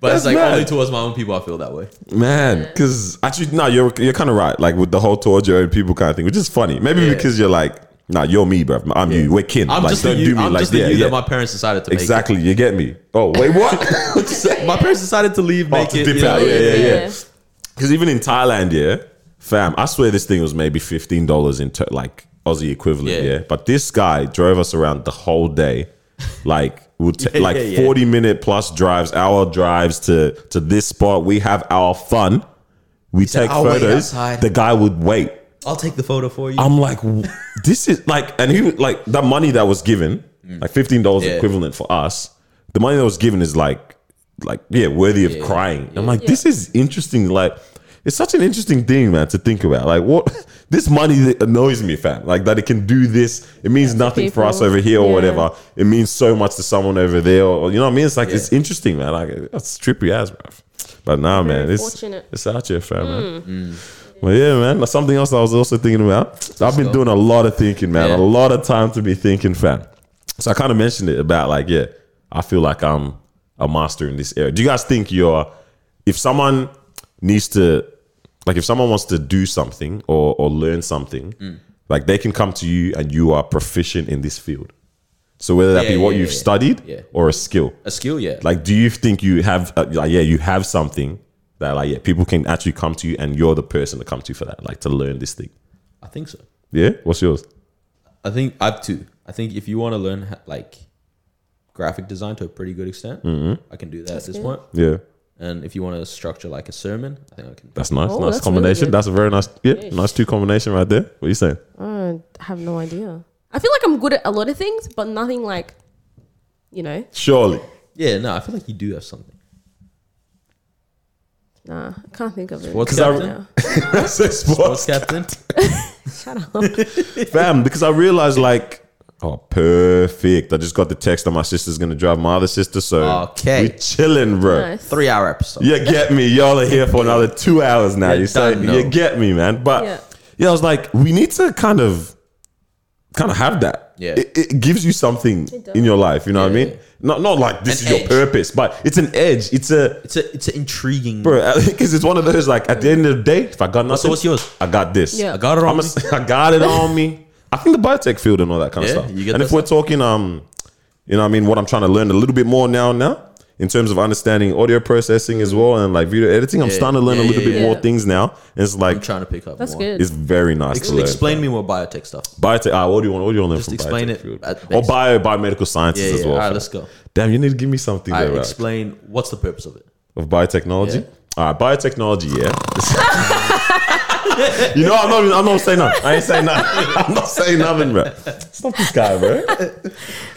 B: But
C: That's
B: it's like
C: mad.
B: only towards my own people I feel that way.
C: Man, because actually, no, you're you're kind of right. Like with the whole towards your own people kind of thing, which is funny. Maybe
B: Yeah.
C: because you're like, nah, you're me, bro. I'm you. We're kin.
B: I'm
C: like,
B: just
C: don't
B: the you,
C: do me
B: I'm
C: like
B: just the
C: yeah,
B: you
C: yeah.
B: that my parents decided to
C: Exactly. You get me. Oh wait, what? What'd you
B: make.
C: say?
B: It. My parents decided to leave, make
C: to
B: it.
C: dip
B: you know?
C: out, yeah, yeah, yeah. Because even in Thailand, yeah, fam, I swear this thing was maybe fifteen dollars in tur- like Aussie equivalent, yeah.
B: Yeah.
C: But this guy drove us around the whole day, like would t-
B: Yeah,
C: like
B: yeah, yeah.
C: forty minute plus drives, hour drives to to this spot. We have our fun. We take
B: "I'll wait
C: photos.
B: outside."
C: The guy would wait.
B: I'll take the photo for you.
C: I'm like, w- this is like, and he was- like that money that was given, like fifteen dollars
B: Yeah.
C: equivalent for us. The money that was given is like, like yeah, worthy of crying. I'm like, this is interesting. Like, it's such an interesting thing, man, to think about. Like, what this money that annoys me, fam. Like that it can do this. It means nothing for us
D: people.
C: over here or
D: Yeah.
C: whatever. It means so much to someone over there. Or you know what I mean? It's like it's
B: Yeah.
C: interesting, man. Like that's trippy ass, bro. But nah, man, it's
D: fortunate.
C: it's out here, fam, man. Well, yeah, man. That's something else I was also thinking about. I've been doing a lot of thinking, man.
B: Yeah.
C: A lot of time to be thinking, fam. So I kind of mentioned it about like, yeah, I feel like I'm a master in this area. Do you guys think you're, if someone needs to, like, if someone wants to do something or or learn something,
B: Mm.
C: like they can come to you and you are proficient in this field. So whether that
B: Yeah,
C: be what
B: yeah,
C: you've
B: yeah.
C: studied
B: Yeah.
C: or a skill,
B: a skill, yeah.
C: like, do you think you have, uh, like, yeah, you have something that, like, yeah, people can actually come to you and you're the person to come to for that, like, to learn this thing?
B: I think so.
C: Yeah? What's yours?
B: I think I have two. I think if you want to learn ho- like graphic design to a pretty good extent, I can do that at this point.
C: Yeah.
B: And if you want to structure like a sermon, I think I can.
C: That's nice.
D: Oh,
C: nice
D: that's
C: combination.
D: really good.
C: that's a very nice, yeah, nice two combination right there. What you saying?
D: I have no idea. I feel like I'm good at a lot of things, but nothing like, you know,
C: Surely.
B: Yeah, no, I feel like you do have something.
D: nah, I can't think of it.
B: Sports
C: 'Cause I-
B: captain,
C: That's a
B: sports
C: sports,
B: captain.
D: Shut up.
C: fam, because I realized, like, oh, perfect. I just got the text that my sister's going to drive my other sister. So
B: Okay.
C: we're chilling, bro.
D: Nice.
B: Three-hour episode.
C: You get me. Y'all are here for another two hours now.
B: Yeah,
C: You say
B: done, no.
C: you get me, man. But
D: Yeah.
C: yeah. I was like, we need to kind of, kind of have that.
B: Yeah.
C: it, it gives you something
D: does.
C: in your life. You know what I
B: Yeah.
C: mean? Not not like this
B: An
C: is your
B: edge.
C: purpose, but it's an edge. It's a
B: It's a, it's an intriguing.
C: bro, because it's one of those like at the end of the day, if I got nothing,
B: so what's yours?
C: I got this.
D: Yeah.
B: I got it on
C: I'm a,
B: me.
C: I got it on me. I think the biotech field and all that kind
B: Yeah,
C: of stuff.
B: you get
C: And
B: that
C: if we're talking, um, you know, what I mean, what I'm trying to learn a little bit more now, now in terms of understanding audio processing as well and like video editing. I'm
B: Yeah.
C: starting to learn
B: Yeah,
C: a little
B: yeah,
C: bit
B: yeah.
C: more
D: Yeah.
C: things now. And it's
B: I'm
C: like
B: trying to pick up.
D: That's
B: more.
D: good.
C: it's very nice
B: Ex-
C: to learn.
B: explain me more biotech stuff.
C: Biotech. Ah, what do you want? What do you want to learn
B: Just
C: from
B: explain
C: biotech
B: it
C: field?
B: at
C: Or
B: basic.
C: bio biomedical sciences
B: Yeah,
C: as
B: yeah.
C: well.
B: All right, let's go.
C: Damn, you need to give me something
B: I
C: there, right?
B: explain what's the purpose of it.
C: of biotechnology.
B: Yeah.
C: All right, biotechnology. Yeah. you know, I'm not. even- I'm not saying nothing. I ain't saying nothing. I'm not saying nothing, bro. Stop this guy, bro.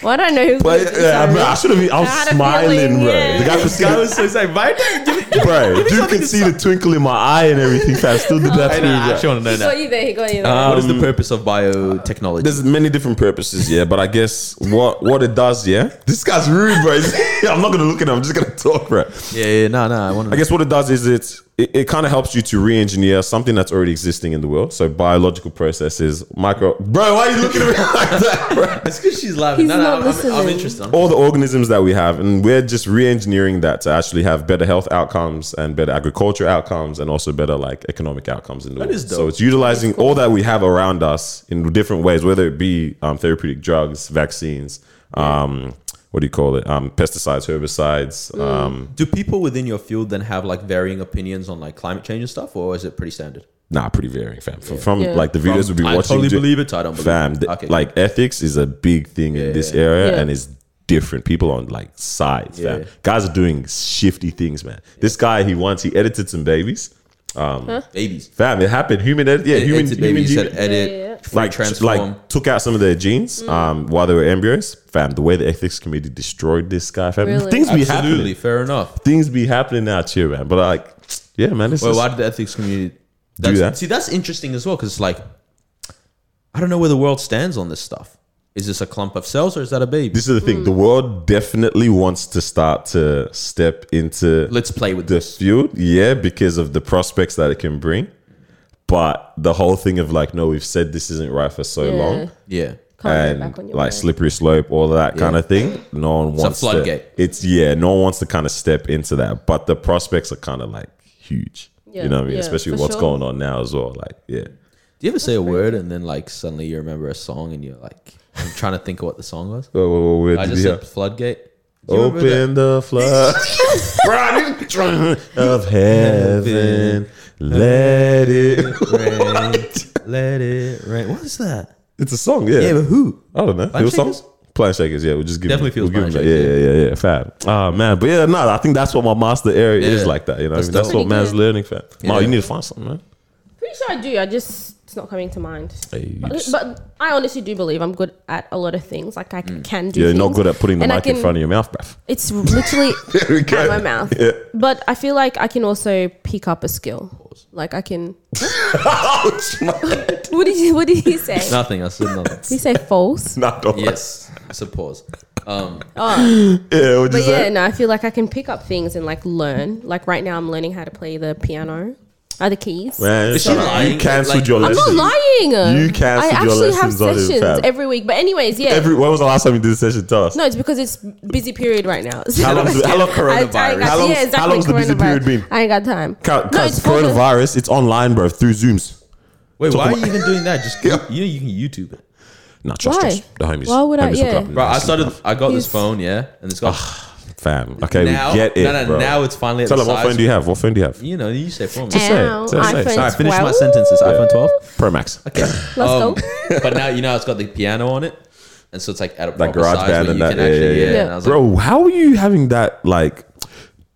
D: Well, I don't know who.
C: But yeah, bro, I should have been. I was
D: I had a
C: smiling,
D: feeling,
C: bro.
D: yeah.
C: The guy could see,
B: was so excited. Biotech? Give me, give
C: bro. Dude could see the twinkle in my eye and everything. So I still did that for you, bro.
B: want to
D: He got you there. He got you there.
B: what is the purpose of biotechnology?
C: There's many different purposes, yeah. But I guess what what it does, yeah. This guy's rude, bro. I'm not gonna look at him. I'm just gonna talk, bro.
B: yeah, yeah, no, no. I want
C: I
B: to.
C: guess what it does is it it, it kind of helps you to re-engineer something that's already existing in the world. So biological processes, micro. Bro, why are you looking at me like that, bro?
B: It's because she's laughing.
D: He's
B: No, no, I'm,
D: not
B: I'm, I'm
D: listening.
B: interested. I'm-
C: all the organisms that we have, and we're just re-engineering that to actually have better health outcomes and better agriculture outcomes, and also better like economic outcomes in the world.
B: is dope.
C: So it's utilizing all that we have around us in different ways, whether it be um, therapeutic drugs, vaccines, um, what do you call it, um, pesticides, herbicides.
B: Mm.
C: Um,
B: Do people within your field then have like varying opinions on like climate change and stuff, or is it pretty standard?
C: nah, pretty varying, fam. From, from
D: Yeah.
C: like the videos we've been
B: I
C: watching,
B: totally
C: dude,
B: believe it. I don't believe
C: fam.
B: it.
C: th-
B: Okay,
C: like ethics is a big thing in this
B: yeah.
C: area,
D: Yeah.
C: and it's different. People on like sides,
B: Yeah.
C: fam. Guys are doing shifty things, man. This guy, he once he edited some babies,
B: babies.
C: fam. It happened. Human, edit, yeah, human,
B: Edited
C: human,
B: babies
C: human
B: that edit,
D: Yeah, yeah, yeah.
B: free
C: like
B: transform.
C: like took out some of their genes
D: Mm.
C: um while they were embryos, fam. The way the ethics committee destroyed this guy, fam.
D: Really?
C: Things be
B: Absolutely,
C: happening.
B: fair enough.
C: Things be happening out here, man. But like, yeah, man. It's
B: Well,
C: just-
B: why did the ethics community that's,
C: that?
B: See, that's interesting as well because like, I don't know where the world stands on this stuff. Is this a clump of cells or is that a baby?
C: this is the
D: Hmm.
C: thing. The world definitely wants to start to step into
B: Let's play with
C: the
B: this.
C: field, yeah, because of the prospects that it can bring. But the whole thing of like, no, we've said this isn't right for so
D: Yeah.
C: long,
B: Yeah,
D: Can't go
C: and
D: back on your
C: like
D: word.
C: slippery slope, all of that kind of thing. No one
B: a
C: wants to-
B: floodgate.
C: it's yeah, no one wants to kind of step into that. But the prospects are kind of like huge.
D: Yeah,
C: you know what I mean?
D: yeah,
C: Especially with
D: for
C: what's
D: sure.
C: going on now as well. Like, yeah.
B: Do you ever say a word and then like suddenly you remember a song and you're like, I'm trying to think of what the song was.
C: Whoa, whoa, whoa, where
B: I
C: did
B: just
C: we
B: said
C: have-
B: floodgate. Do you remember that?
C: Open the flood Bro, I didn't try- of heaven. Let it.
B: Let it rain. What is that?
C: It's a song,
B: Yeah, but who?
C: I don't know.
B: Plant
C: Plant
B: Shakers?
C: songs? Plant Shakers, yeah. We'll just give
B: Definitely
C: him,
B: feels
C: we'll
B: Plant
C: him
B: Shakers,
C: that. Yeah, yeah, yeah. Fab. Oh, man. But yeah, no, I think that's what my master area
B: Yeah.
C: is like that. You know, what I
B: That's
C: mean? that's,
B: dope.
C: what man's
D: Pretty
C: learning, fam. Ma,
B: Yeah.
C: you need to find something, man.
D: Pretty sure I do. I just it's not coming to mind.
C: Hey, you
D: But,
C: just-
D: but I honestly do believe I'm good at a lot of things. Like I can do.
C: Mm. You're not
D: things.
C: good at putting the
D: And I
C: mic in
D: can-
C: front of your mouth, bruv.
D: It's literally
C: There we
D: at
C: go.
D: my mouth.
C: Yeah.
D: But I feel like I can also pick up a skill. Like I can.
C: Ouch, man.
D: What did you? What did he say? Did
B: Nothing. I said nothing.
D: he say false?
C: Nah, don't lie.
B: yes. It's a pause. Um,
C: Yeah, what'd you
D: But
C: say?
D: yeah, no, I feel like I can pick up things and like learn. Like right now, I'm learning how to play the piano, uh, the keys.
C: Man,
B: Is she
C: you
B: lying?
C: cancelled
B: Like-
C: your
B: I'm
D: I'm
C: lesson.
D: not lying.
C: You cancelled
D: I
C: your
D: actually have
C: lessons on it,
D: sessions
C: fam.
D: every week. But anyways, yeah.
C: Every, when was the last time you did a session? Tell us.
D: no, it's because it's busy period right now.
C: How long? How long?
D: I, I ain't got,
C: How long-
D: yeah, exactly.
C: how long's the busy
D: coronavirus.
C: period been?
D: I ain't got time. no,
C: Because
D: it's for the-
C: coronavirus, it's online, bro, through Zooms.
B: wait, why are you
C: about-
B: even doing that? Just
C: Yeah.
B: you know you can YouTube it.
C: Nah, trust,
D: Why?
C: trust. The homies.
D: Why would I-
C: homies hook
D: yeah.
C: up and
B: Bro, I
C: listen.
B: started. I got this
D: He's-
B: phone, yeah, and it's got.
C: Fam, okay,
B: Now-
C: Ah, we get it.
B: no, no,
C: bro.
B: now it's finally at
C: Tell
B: the
C: them what
B: size-
C: phone do you have? What phone do you have?
B: You know, you say for me.
C: Just say it.
D: Ow,
C: Say it, say it.
D: iPhone
C: Sorry,
B: I finished my Um,
D: 12.
B: sentences. iPhone 12.
C: Pro Max.
B: Okay,
D: Let's go.
B: But now you know it's got the piano on it, and so it's like at a
C: Like
B: proper
C: garage
B: size
C: band
B: where
C: and
B: you
C: that.
B: can
C: Yeah,
B: actually.
C: yeah, yeah.
B: And I was like,
C: Bro, how are you having that? Like,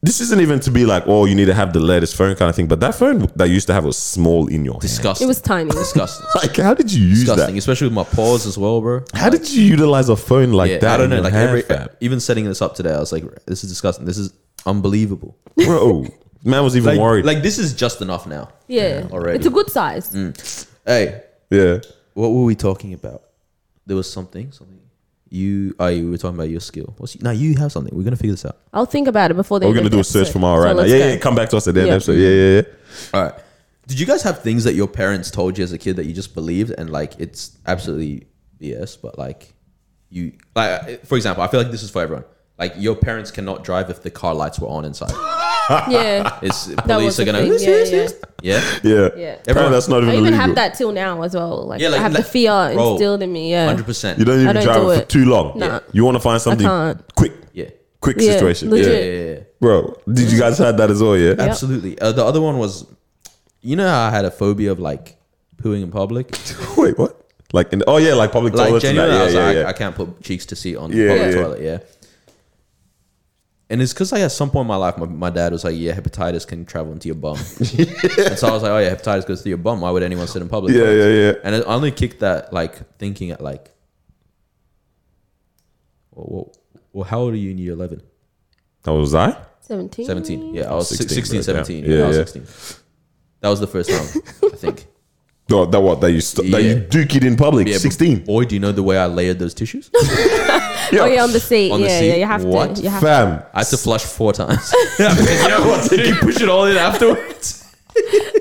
C: this isn't even to be like, oh, you need to have the latest phone kind of thing. But that phone that you used to have was small in your hand.
B: disgusting.
D: It was tiny.
B: disgusting.
C: Like, how did you use
B: disgusting,
C: that?
B: especially with my paws as well, bro.
C: How did you utilize a phone like
B: Yeah,
C: that?
B: I don't
C: in
B: know.
C: your
B: Like
C: hand,
B: every
C: fam?
B: even setting this up today, I was like, this is disgusting. This is unbelievable.
C: bro, man was even
B: Like,
C: worried.
B: like this is just enough now.
D: Yeah,
B: already. Mm.
D: it's a good size.
B: Hey,
C: yeah.
B: what were we talking about? There was something, something. You, oh, you were talking about your skill. What's now? You have something. We're gonna figure this out.
D: I'll think about it before they.
C: We're gonna do a search from our right now. Yeah, yeah. Come back to us at the end
D: Yeah.
C: of the episode. Yeah, yeah, yeah.
B: All right. Did you guys have things that your parents told you as a kid that you just believed and like it's absolutely BS, but like you like uh, for example, I feel like this is for everyone. Like your parents cannot drive if the car lights were on inside.
D: Yeah,
B: It's
D: was
B: police are
D: the
B: gonna
D: thing, yeah, yeah.
B: yeah.
C: Yeah.
D: Yeah.
C: Apparently, that's not even
D: I even
C: illegal.
D: have that till now as well. Like,
B: Yeah, like-
D: I have
B: like-
D: the fear
B: Bro.
D: instilled in me. Yeah,
B: Hundred percent.
C: You don't even
D: don't
C: drive
D: do
C: it for
D: it.
C: too long.
D: Nah.
C: You want to find something
D: can't.
C: quick.
B: Yeah.
C: quick
D: Yeah,
C: situation.
D: legit.
C: Yeah.
B: Yeah, yeah, yeah.
C: Bro, did you guys had that as well? Yeah.
B: Absolutely. Uh, the other one was, you know how I had a phobia of like pooing in public?
C: Wait, what? Like, in, oh yeah, like public
B: like
C: toilets. and
B: genuinely, I
C: that.
B: was
C: Yeah, yeah,
B: like,
C: yeah.
B: I, I can't put cheeks to seat on
C: Yeah,
B: the public
C: yeah.
B: toilet, yeah. And it's because like at some point in my life, my, my dad was like, "Yeah, hepatitis can travel into your bum," and so I was like, "Oh yeah, hepatitis goes through your bum. Why would anyone sit in public?"
C: yeah, yeah, yeah.
B: And I only kicked that like thinking at like, well, well, well how old are you in year 11?
C: That was I.
D: 17.
B: 17. Yeah, I was
C: 16,
B: 16,
C: right,
B: 17.
C: yeah.
B: Yeah, I was
C: Yeah,
B: 16. That was the first time, I think.
C: No, that what that you st- that
B: Yeah.
C: you duke it in public.
B: Yeah,
C: Sixteen.
B: Boy, do you know the way I layered those tissues?
D: Oh, yeah, on the seat.
B: On the
D: yeah,
B: seat?
D: yeah, you have
B: What?
D: to. You have to.
C: Fam,
B: I had to flush four times. yeah, because you know what to do. You push it all in afterwards.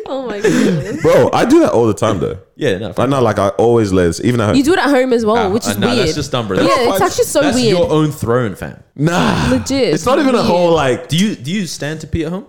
D: Oh my god.
C: bro, I do that all the time though.
B: Yeah, no.
C: I know, like I always let even at home.
D: You do it at home as well,
B: Nah,
D: which
B: uh,
D: is
B: nah,
D: weird.
B: that's just dumb, bro.
D: Yeah,
B: That's-
D: it's actually so
B: That's
D: weird.
B: your own throne, fam.
C: nah,
D: Legit.
C: It's not even a
D: Weird.
C: whole like.
B: Do you do you stand to pee at home?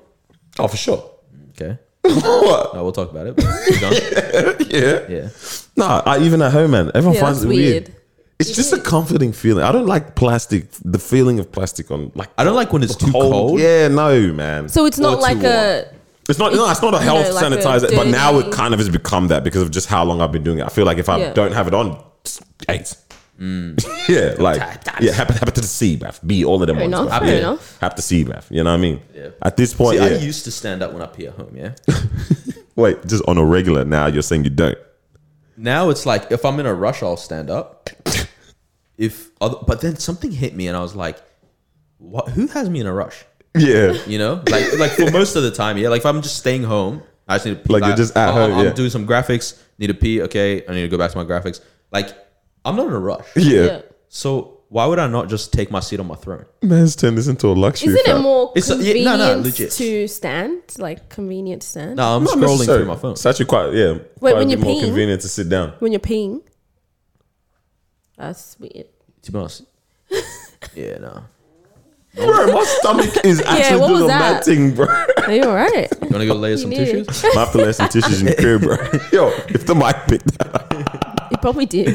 C: Oh, for sure.
B: Okay,
C: what?
B: no, we'll talk about it. but keep going.
C: Yeah.
B: Yeah,
C: Nah, I, even at home, man. Everyone
D: Yeah,
C: finds it
D: that's
C: weird.
D: weird.
C: It's just a comforting feeling. I don't like plastic. The feeling of plastic on like
B: I don't like when it's too cold.
C: Yeah, no, man.
D: So it's not
B: Or
D: like
B: too
D: a.
C: It's not. no, it's not a
D: no,
C: health
D: like a
C: sanitizer. but now it
D: dirty-
C: kind of has become that because of just how long I've been doing it. I feel like if I
D: Yeah.
C: don't have it on, it's eight. Mm. yeah, like yeah, hepatitis hepatitis C, bruv. B, all of them
D: Fair
C: ones. bruv.
D: enough, fair
C: yeah.
D: enough.
C: Hep to C, bruv. You know what I mean?
B: Yeah.
C: At this point,
B: See, I
C: yeah.
B: used to stand up when I pee at home. Yeah.
C: Wait, just on a regular. Now you're saying you don't.
B: Now it's like if I'm in a rush, I'll stand up. if other, but then something hit me and I was like, "What? Who has me in a rush?"
C: Yeah.
B: You know, like like for most of the time, yeah. Like if I'm just staying home, I just need to pee.
C: Like, you're just at
B: I'm-
C: home,
B: I'm
C: yeah.
B: doing some graphics. Need to pee. Okay, I need to go back to my graphics. Like I'm not in a rush,
C: Yeah.
D: Yeah.
B: so why would I not just take my seat on my throne?
C: Man's turned this into a luxury.
D: Isn't it
C: fam.
D: more
B: It's a-
D: convenient
B: yeah, no, no, legit.
D: to stand? Like convenient to stand?
B: No, I'm
C: Not
B: scrolling
C: necessary.
B: through my phone.
C: It's actually quite yeah.
D: Wait,
C: quite
D: when
C: a bit
D: you're
C: more
D: peeing?
C: convenient to sit down.
D: When you're peeing? That's weird.
B: To be honest, yeah, no.
C: Bro, my stomach is actually
D: what
C: doing a
D: was
C: mad
D: that?
C: thing, bro.
D: Are you alright?
B: You want to go layer some
D: did.
B: tissues?
C: I have to lay some tissues in the crib, bro. Yo, if the mic picked that,
D: you probably did.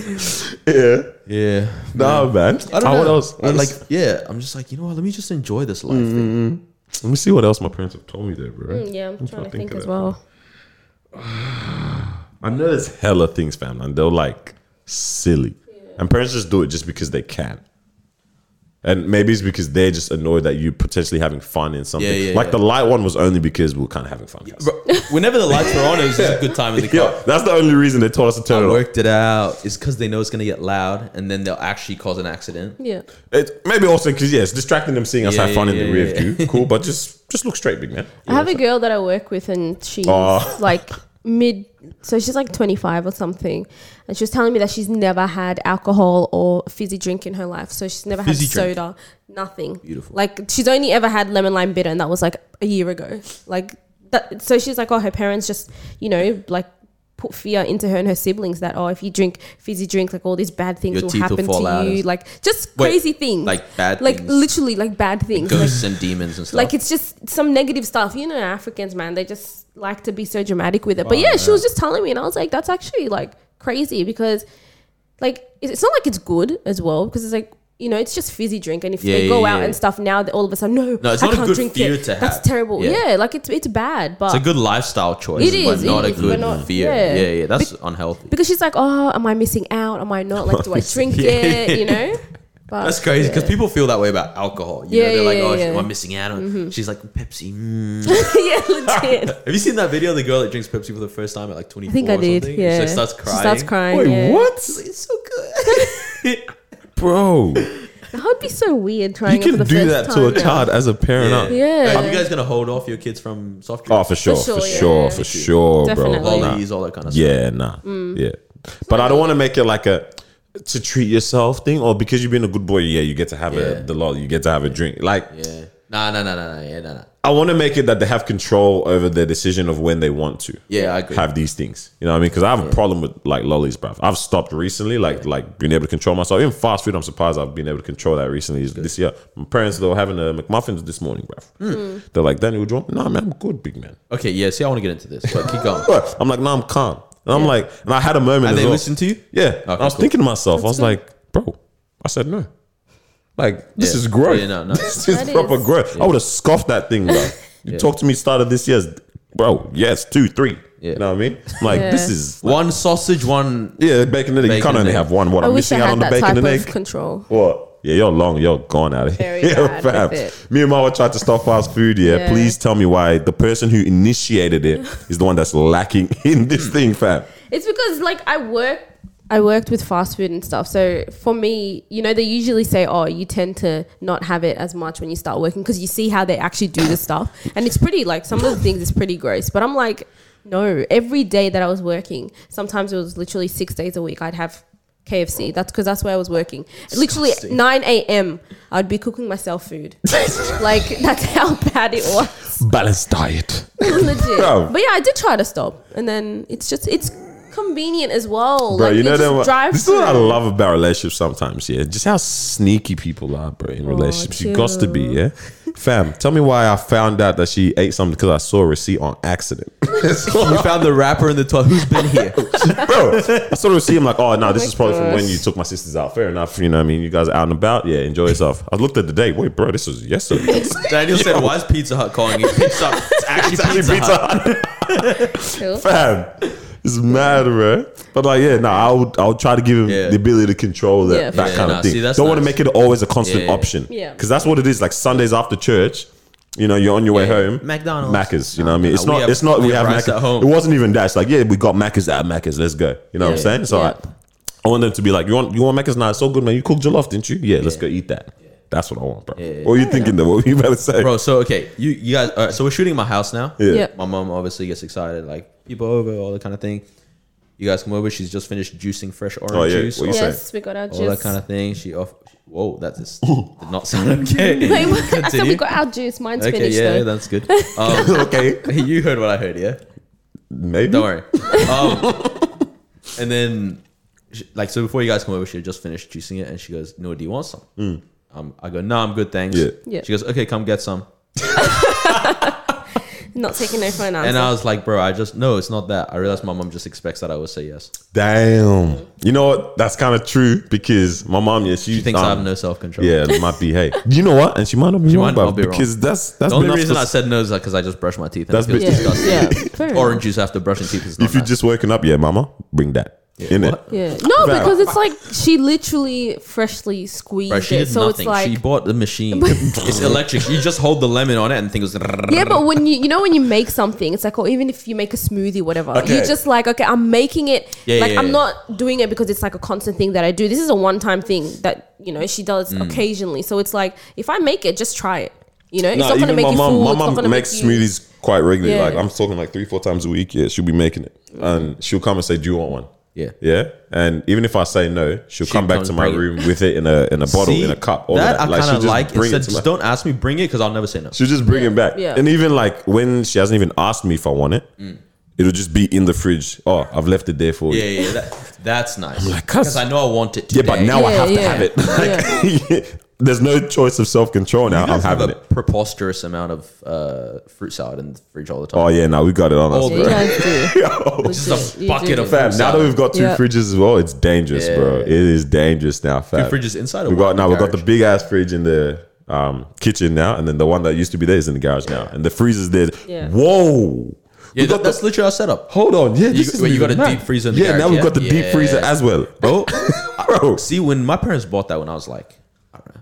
C: yeah.
B: Yeah.
C: Nah, man.
B: I don't
C: Ah,
B: know.
C: What else?
B: I like,
C: like,
B: yeah. I'm just like, you know what? Let me just enjoy this life. thing.
C: let me see what else my parents have told me there, bro.
D: Mm, Yeah, I'm trying to
C: think
D: think
C: of
D: as
C: that.
D: well.
C: I know there's hella things, fam, and they're like silly. And parents just do it just because they can. And maybe it's because they're just annoyed that you potentially having fun in something.
B: Yeah, yeah,
C: like
B: yeah.
C: the light one was only because we were kind of having fun. guys.
B: Bro, whenever the lights were on, it was just a good time in the car.
C: Yo, that's the only reason they told us to
B: I
C: turn it off.
B: worked it out. It's because they know it's gonna get loud, and then they'll actually cause an accident.
D: Yeah.
C: It, maybe also because yeah, it's distracting them seeing us
B: Yeah,
C: have fun
B: yeah,
C: in the
B: yeah,
C: rear
B: yeah.
C: view. Cool, but just just look straight, big man.
D: I have a girl that I work with, and she's
C: Oh.
D: like mid, so she's like 25 or something. And she was telling me that she's never had alcohol or fizzy drink in her life. So she's never
B: Fizzy
D: had
B: drink.
D: soda, nothing.
B: Beautiful.
D: Like she's only ever had lemon lime bitter, and that was like a year ago. Like that. So she's like, oh, her parents just, you know, like put fear into her and her siblings that, oh, if you drink fizzy drink, like all these bad things
B: Your
D: will
B: teeth will
D: happen
B: fall out
D: to you.
B: and-
D: Like just
B: Wait,
D: crazy things.
B: like bad
D: Like
B: things?
D: literally like bad things. Like,
B: Ghosts and demons and stuff.
D: like it's just some negative stuff. You know, Africans, man, they just like to be so dramatic with it. but yeah, she was just telling me, and I was like, that's actually like crazy because, like, it- it's not like it's good as well because it's like. You know, it's just fizzy drink, and if
B: Yeah,
D: they
B: yeah,
D: go
B: yeah,
D: out and
B: yeah.
D: stuff now, they all of a sudden, no,
B: No, it's
D: I
B: not a
D: can't
B: good
D: drink
B: fear
D: it.
B: to
D: That's
B: have.
D: terrible.
B: Yeah.
D: Yeah. like it's it's bad,
B: it's
D: but
B: a good lifestyle choice,
D: It
B: but
D: is,
B: not
D: it
B: a
D: is,
B: good
D: but not-
B: fear.
D: yeah.
B: Yeah, yeah, that's unhealthy.
D: because she's like, oh, am I missing out? Am I not like, do I drink
B: Yeah.
D: it? You know, but
B: that's crazy because people feel that way about alcohol. You
D: Yeah,
B: know, they're
D: yeah,
B: like, "Oh,
D: yeah, Mm-hmm.
B: am I
D: yeah.
B: missing out on?" She's like, "Pepsi." mm."
D: yeah, legit.
B: Have you seen that video of the girl that drinks Pepsi for the first time at like twenty
D: I
B: four?
D: think I did. Yeah,
B: she like, starts crying.
D: She starts crying.
C: Wait,
D: yeah.
C: what,
B: It's so good.
C: bro?
D: That would be so weird trying.
C: You
D: it for
C: can
D: the
C: do
D: first
C: that to
D: time.
C: a child as a parent. huh?
D: Yeah.
B: Are you guys gonna hold off your kids from soft
C: Oh,
B: drinks?
C: for sure, for sure,
D: sure, yeah.
C: for sure, bro.
D: Definitely.
C: Nah.
B: lollies, all that kind of stuff.
C: Yeah, nah,
B: Mm.
C: yeah. But I don't want to make it like a to treat yourself thing, or because you've been a good boy, yeah, you get to have
B: Yeah.
C: a the lol, you get to have a drink. Like
B: Yeah. Nah, nah, nah, nah, nah. Yeah, nah, nah.
C: I want to make it that they have control over their decision of when they want to.
B: Yeah, I agree.
C: have these things. You know what I mean? Because I have a problem with like lollies, bruv. I've stopped recently, like like being able to control myself. Even fast food, I'm surprised I've been able to control that recently is this year. My parents they were having a McMuffins this morning, bruv.
B: Hmm.
C: They're like, Daniel, do you want? Nah, man, I'm good, big man.
B: Okay, yeah. See, I want to get into this, but keep going.
C: But I'm like, nah, I'm calm. And I'm like, and I had a moment.
B: And
C: as
B: they
C: well.
B: listen to you?
C: Yeah, I was
B: cool.
C: thinking to myself, I was like, bro, I said no. Like this
B: Yeah. Oh,
C: is growth.
B: Yeah, no, no.
C: This is
D: That is-
C: proper growth. I would have scoffed that thing, bro. You talk to me start of this year's bro, yes, two, three.
B: Yeah.
C: You know what I mean? I'm like
D: Yeah.
C: this is
B: One sausage, one.
C: yeah, bacon and egg. you
B: Bacon
C: can't
B: and
C: only
B: egg.
C: have one. What
D: I
C: I'm
D: wish I
C: missing out
D: had
C: on the
D: that
C: bacon
D: type
C: and
D: of
C: egg.
D: control.
C: What? Yeah, you're long. You're gone out of here.
D: Very
C: yeah,
D: bad with it.
C: Me and Mama tried to stop fast food. Yeah.
D: Yeah.
C: please tell me why the person who initiated it is the one that's lacking in this thing, fam.
D: It's because like I work I worked with fast food and stuff. So for me, you know, they usually say, "Oh, you tend to not have it as much when you start working because you see how they actually do this stuff." And it's pretty like some of the things is pretty gross, but I'm like, "No, every day that I was working, sometimes it was literally 6 days a week I'd have KFC. That's because that's where I was working. Literally at 9 a.m. I'd be cooking myself food. like that's how bad it was.
C: Balanced diet.
D: Legit.
C: Bro.
D: But yeah, I did try to stop, and then it's just it's convenient as well.
C: Bro,
D: like,
C: you know them.
D: drive
C: This is what I
D: through.
C: love about relationships sometimes, yeah. Just how sneaky people are, bro,
D: Oh,
C: in relationships. You got to be,
D: chill.
C: yeah. Fam, tell me why I found out that she ate something because I saw a receipt on accident.
B: You found the wrapper in the toilet. Who's been here?
C: bro. I sort of see him like, oh no, this is probably from when
D: gosh.
C: you took my sisters out. Fair enough, you know. what I mean, you guys are out and about. Yeah, enjoy yourself. I looked at the date. Wait, bro, this was yesterday.
B: Daniel said, "Why is Pizza Hut calling you?" Picks up. It's actually
C: It's
B: Pizza,
C: actually Pizza
B: Hut.
C: Hut.
D: Chill.
C: Fam, it's mad, bro. But like, yeah, no, I would, I would try to give him
B: Yeah.
C: the ability to control that,
D: Yeah, for
C: that
D: sure.
C: kind
B: Yeah, nah,
C: of thing.
B: see, that's
C: Don't want to
B: nice.
C: make it always a constant
B: Yeah, yeah.
C: option.
D: Yeah.
C: because that's what it is. Like Sundays after church. You know, you're on your way
B: Yeah.
C: home.
B: McDonald's.
C: Macca's. You know what I mean?
B: Nah,
C: It's
B: we
C: not.
B: have-
C: it's not.
B: we
C: We
B: have
C: have
B: rice
C: Macca's.
B: at home.
C: It wasn't even that. It's like, yeah, we got Macca's at Macca's. Let's go. You know what I'm
D: Yeah.
C: saying? It's
D: Yeah.
C: all right. I want them to be like, you want you want Macca's? Nah, it's so good, man. You cooked jollof, didn't you? Yeah, let's go eat that. That's what I want, bro. What are you thinking though? What were you about to say?
B: Bro, so okay, you you guys. All right, so we're shooting my house now.
C: Yeah.
D: Yeah.
B: My mom obviously gets excited, like people over, all that kind of thing. You guys come over. She's just finished juicing fresh orange
C: Oh, yeah.
B: juice,
C: What
B: all,
C: you say?
D: Yes, we got our
B: all that
D: juice.
B: kind of thing. She off. Whoa, that just did not sound okay.
D: Wait, what? I said we
B: Continue.
D: got our juice. Mine's
B: Okay,
D: finished
B: yeah,
D: though.
B: that's good. Um,
C: okay,
B: you heard what I heard, yeah.
C: maybe.
B: Don't worry. Um, and then, she- like, so before you guys come over, she had just finished juicing it, and she goes, "No, do you want some?" Um, I go, "No, I'm good, thanks."
C: Mm. Yeah.
D: Yeah.
B: She goes, "Okay, come get some."
D: Not taking no for an answer.
B: And I was like, "Bro, I just no, it's not that." I realized my mom just expects that I would say yes.
C: Damn. You know what? That's kind of true because my mom, yeah, she,
B: She thinks I have
C: um,
B: no self control.
C: Yeah, it might be. Hey, you know what? And she might not be wrong,
B: might not
C: about
B: be wrong.
C: because that's that's
B: The only
C: been
B: reason I
C: us for-
B: said no is because I just brushed my teeth. And
C: That's
B: it feels
C: been- Yeah.
B: disgusting.
D: yeah, fair enough.
B: Orange juice after brushing teeth is not
C: If you're
B: nice.
C: just woken up, yeah, mama, bring that in it.
B: What?
D: Yeah, no,
C: Fair.
D: because it's like she literally freshly squeezed
B: Bro, she
D: it,
B: did
D: so
B: nothing.
D: it's like
B: she bought the machine. it's electric. You just hold the lemon on it and things.
D: Yeah, but when you you know when you make something, it's like, or even if you make a smoothie, whatever,
C: Okay.
D: you're just like, okay, I'm making it.
B: Yeah,
D: like
B: yeah,
D: I'm
B: yeah.
D: not doing it because it's like a constant thing that I do. This is a one time thing that you know she does
C: Mm.
D: occasionally. So it's like, if I make it, just try it. You know, it's
C: Nah,
D: not gonna
C: even
D: make
C: my
D: you
C: mom,
D: full.
C: my
D: it's not
C: mom
D: gonna
C: makes
D: make you,
C: smoothies quite regularly.
D: Yeah.
C: Like I'm talking like three, four times a week. Yeah, she'll be making it, and she'll come and say, "Do you want one?"
B: Yeah.
C: yeah. And even if I say no, she'll
B: She
C: come back
B: comes
C: to my
B: bring it.
C: room with it in a in a bottle,
B: See,
C: in a cup. All
B: that,
C: of that
B: I kind
C: she'll
B: of
C: just
B: like.
C: bring
B: It said,
C: to my-
B: just don't ask me, bring it because I'll never say no.
C: She'll just bring it back.
D: yeah.
C: And even like when she hasn't even asked me if I want it, it'll just be in the fridge. Oh, I've left it there for
B: Mm. Yeah,
C: you.
B: yeah, yeah, that, that's nice.
C: like, "Cuz-
B: Because I know I want it
C: Yeah,
B: today.
C: but now I
D: Yeah,
C: have to
D: yeah.
C: have it. Like, There's no choice of self control now. I'm
B: I have
C: having
B: a
C: it.
B: preposterous amount of uh, fruit salad in the fridge all the time.
C: Oh yeah, now we got it on us,
B: All
D: You
B: the-
C: bro.
D: guys do.
B: This is a
D: You
B: bucket
D: do.
B: of
C: Fam,
B: fruit
C: now that
B: salad.
C: we've got two
D: Yeah.
C: fridges as well, it's dangerous, bro.
B: Yeah.
C: It is dangerous now, fam.
B: fridges inside or
C: We
B: one
C: got
B: in
C: now.
B: the
C: We got the
B: garage?
C: big ass fridge in the um, kitchen now, and then the one that used to be there is in the garage now, and the freezer's there.
D: Yeah.
C: Whoa.
B: yeah,
C: We
B: that,
C: got the-
B: that's literally our setup.
C: Hold on, yeah,
B: You-
C: this is
B: wait, you got
C: even
B: a
C: mad.
B: deep freezer in the
C: yeah, now
B: garage,
C: we've got the
B: yeah?
C: deep freezer
B: Yes.
C: as well, bro. bro,
B: See, when my parents bought that, when I was like, I don't know,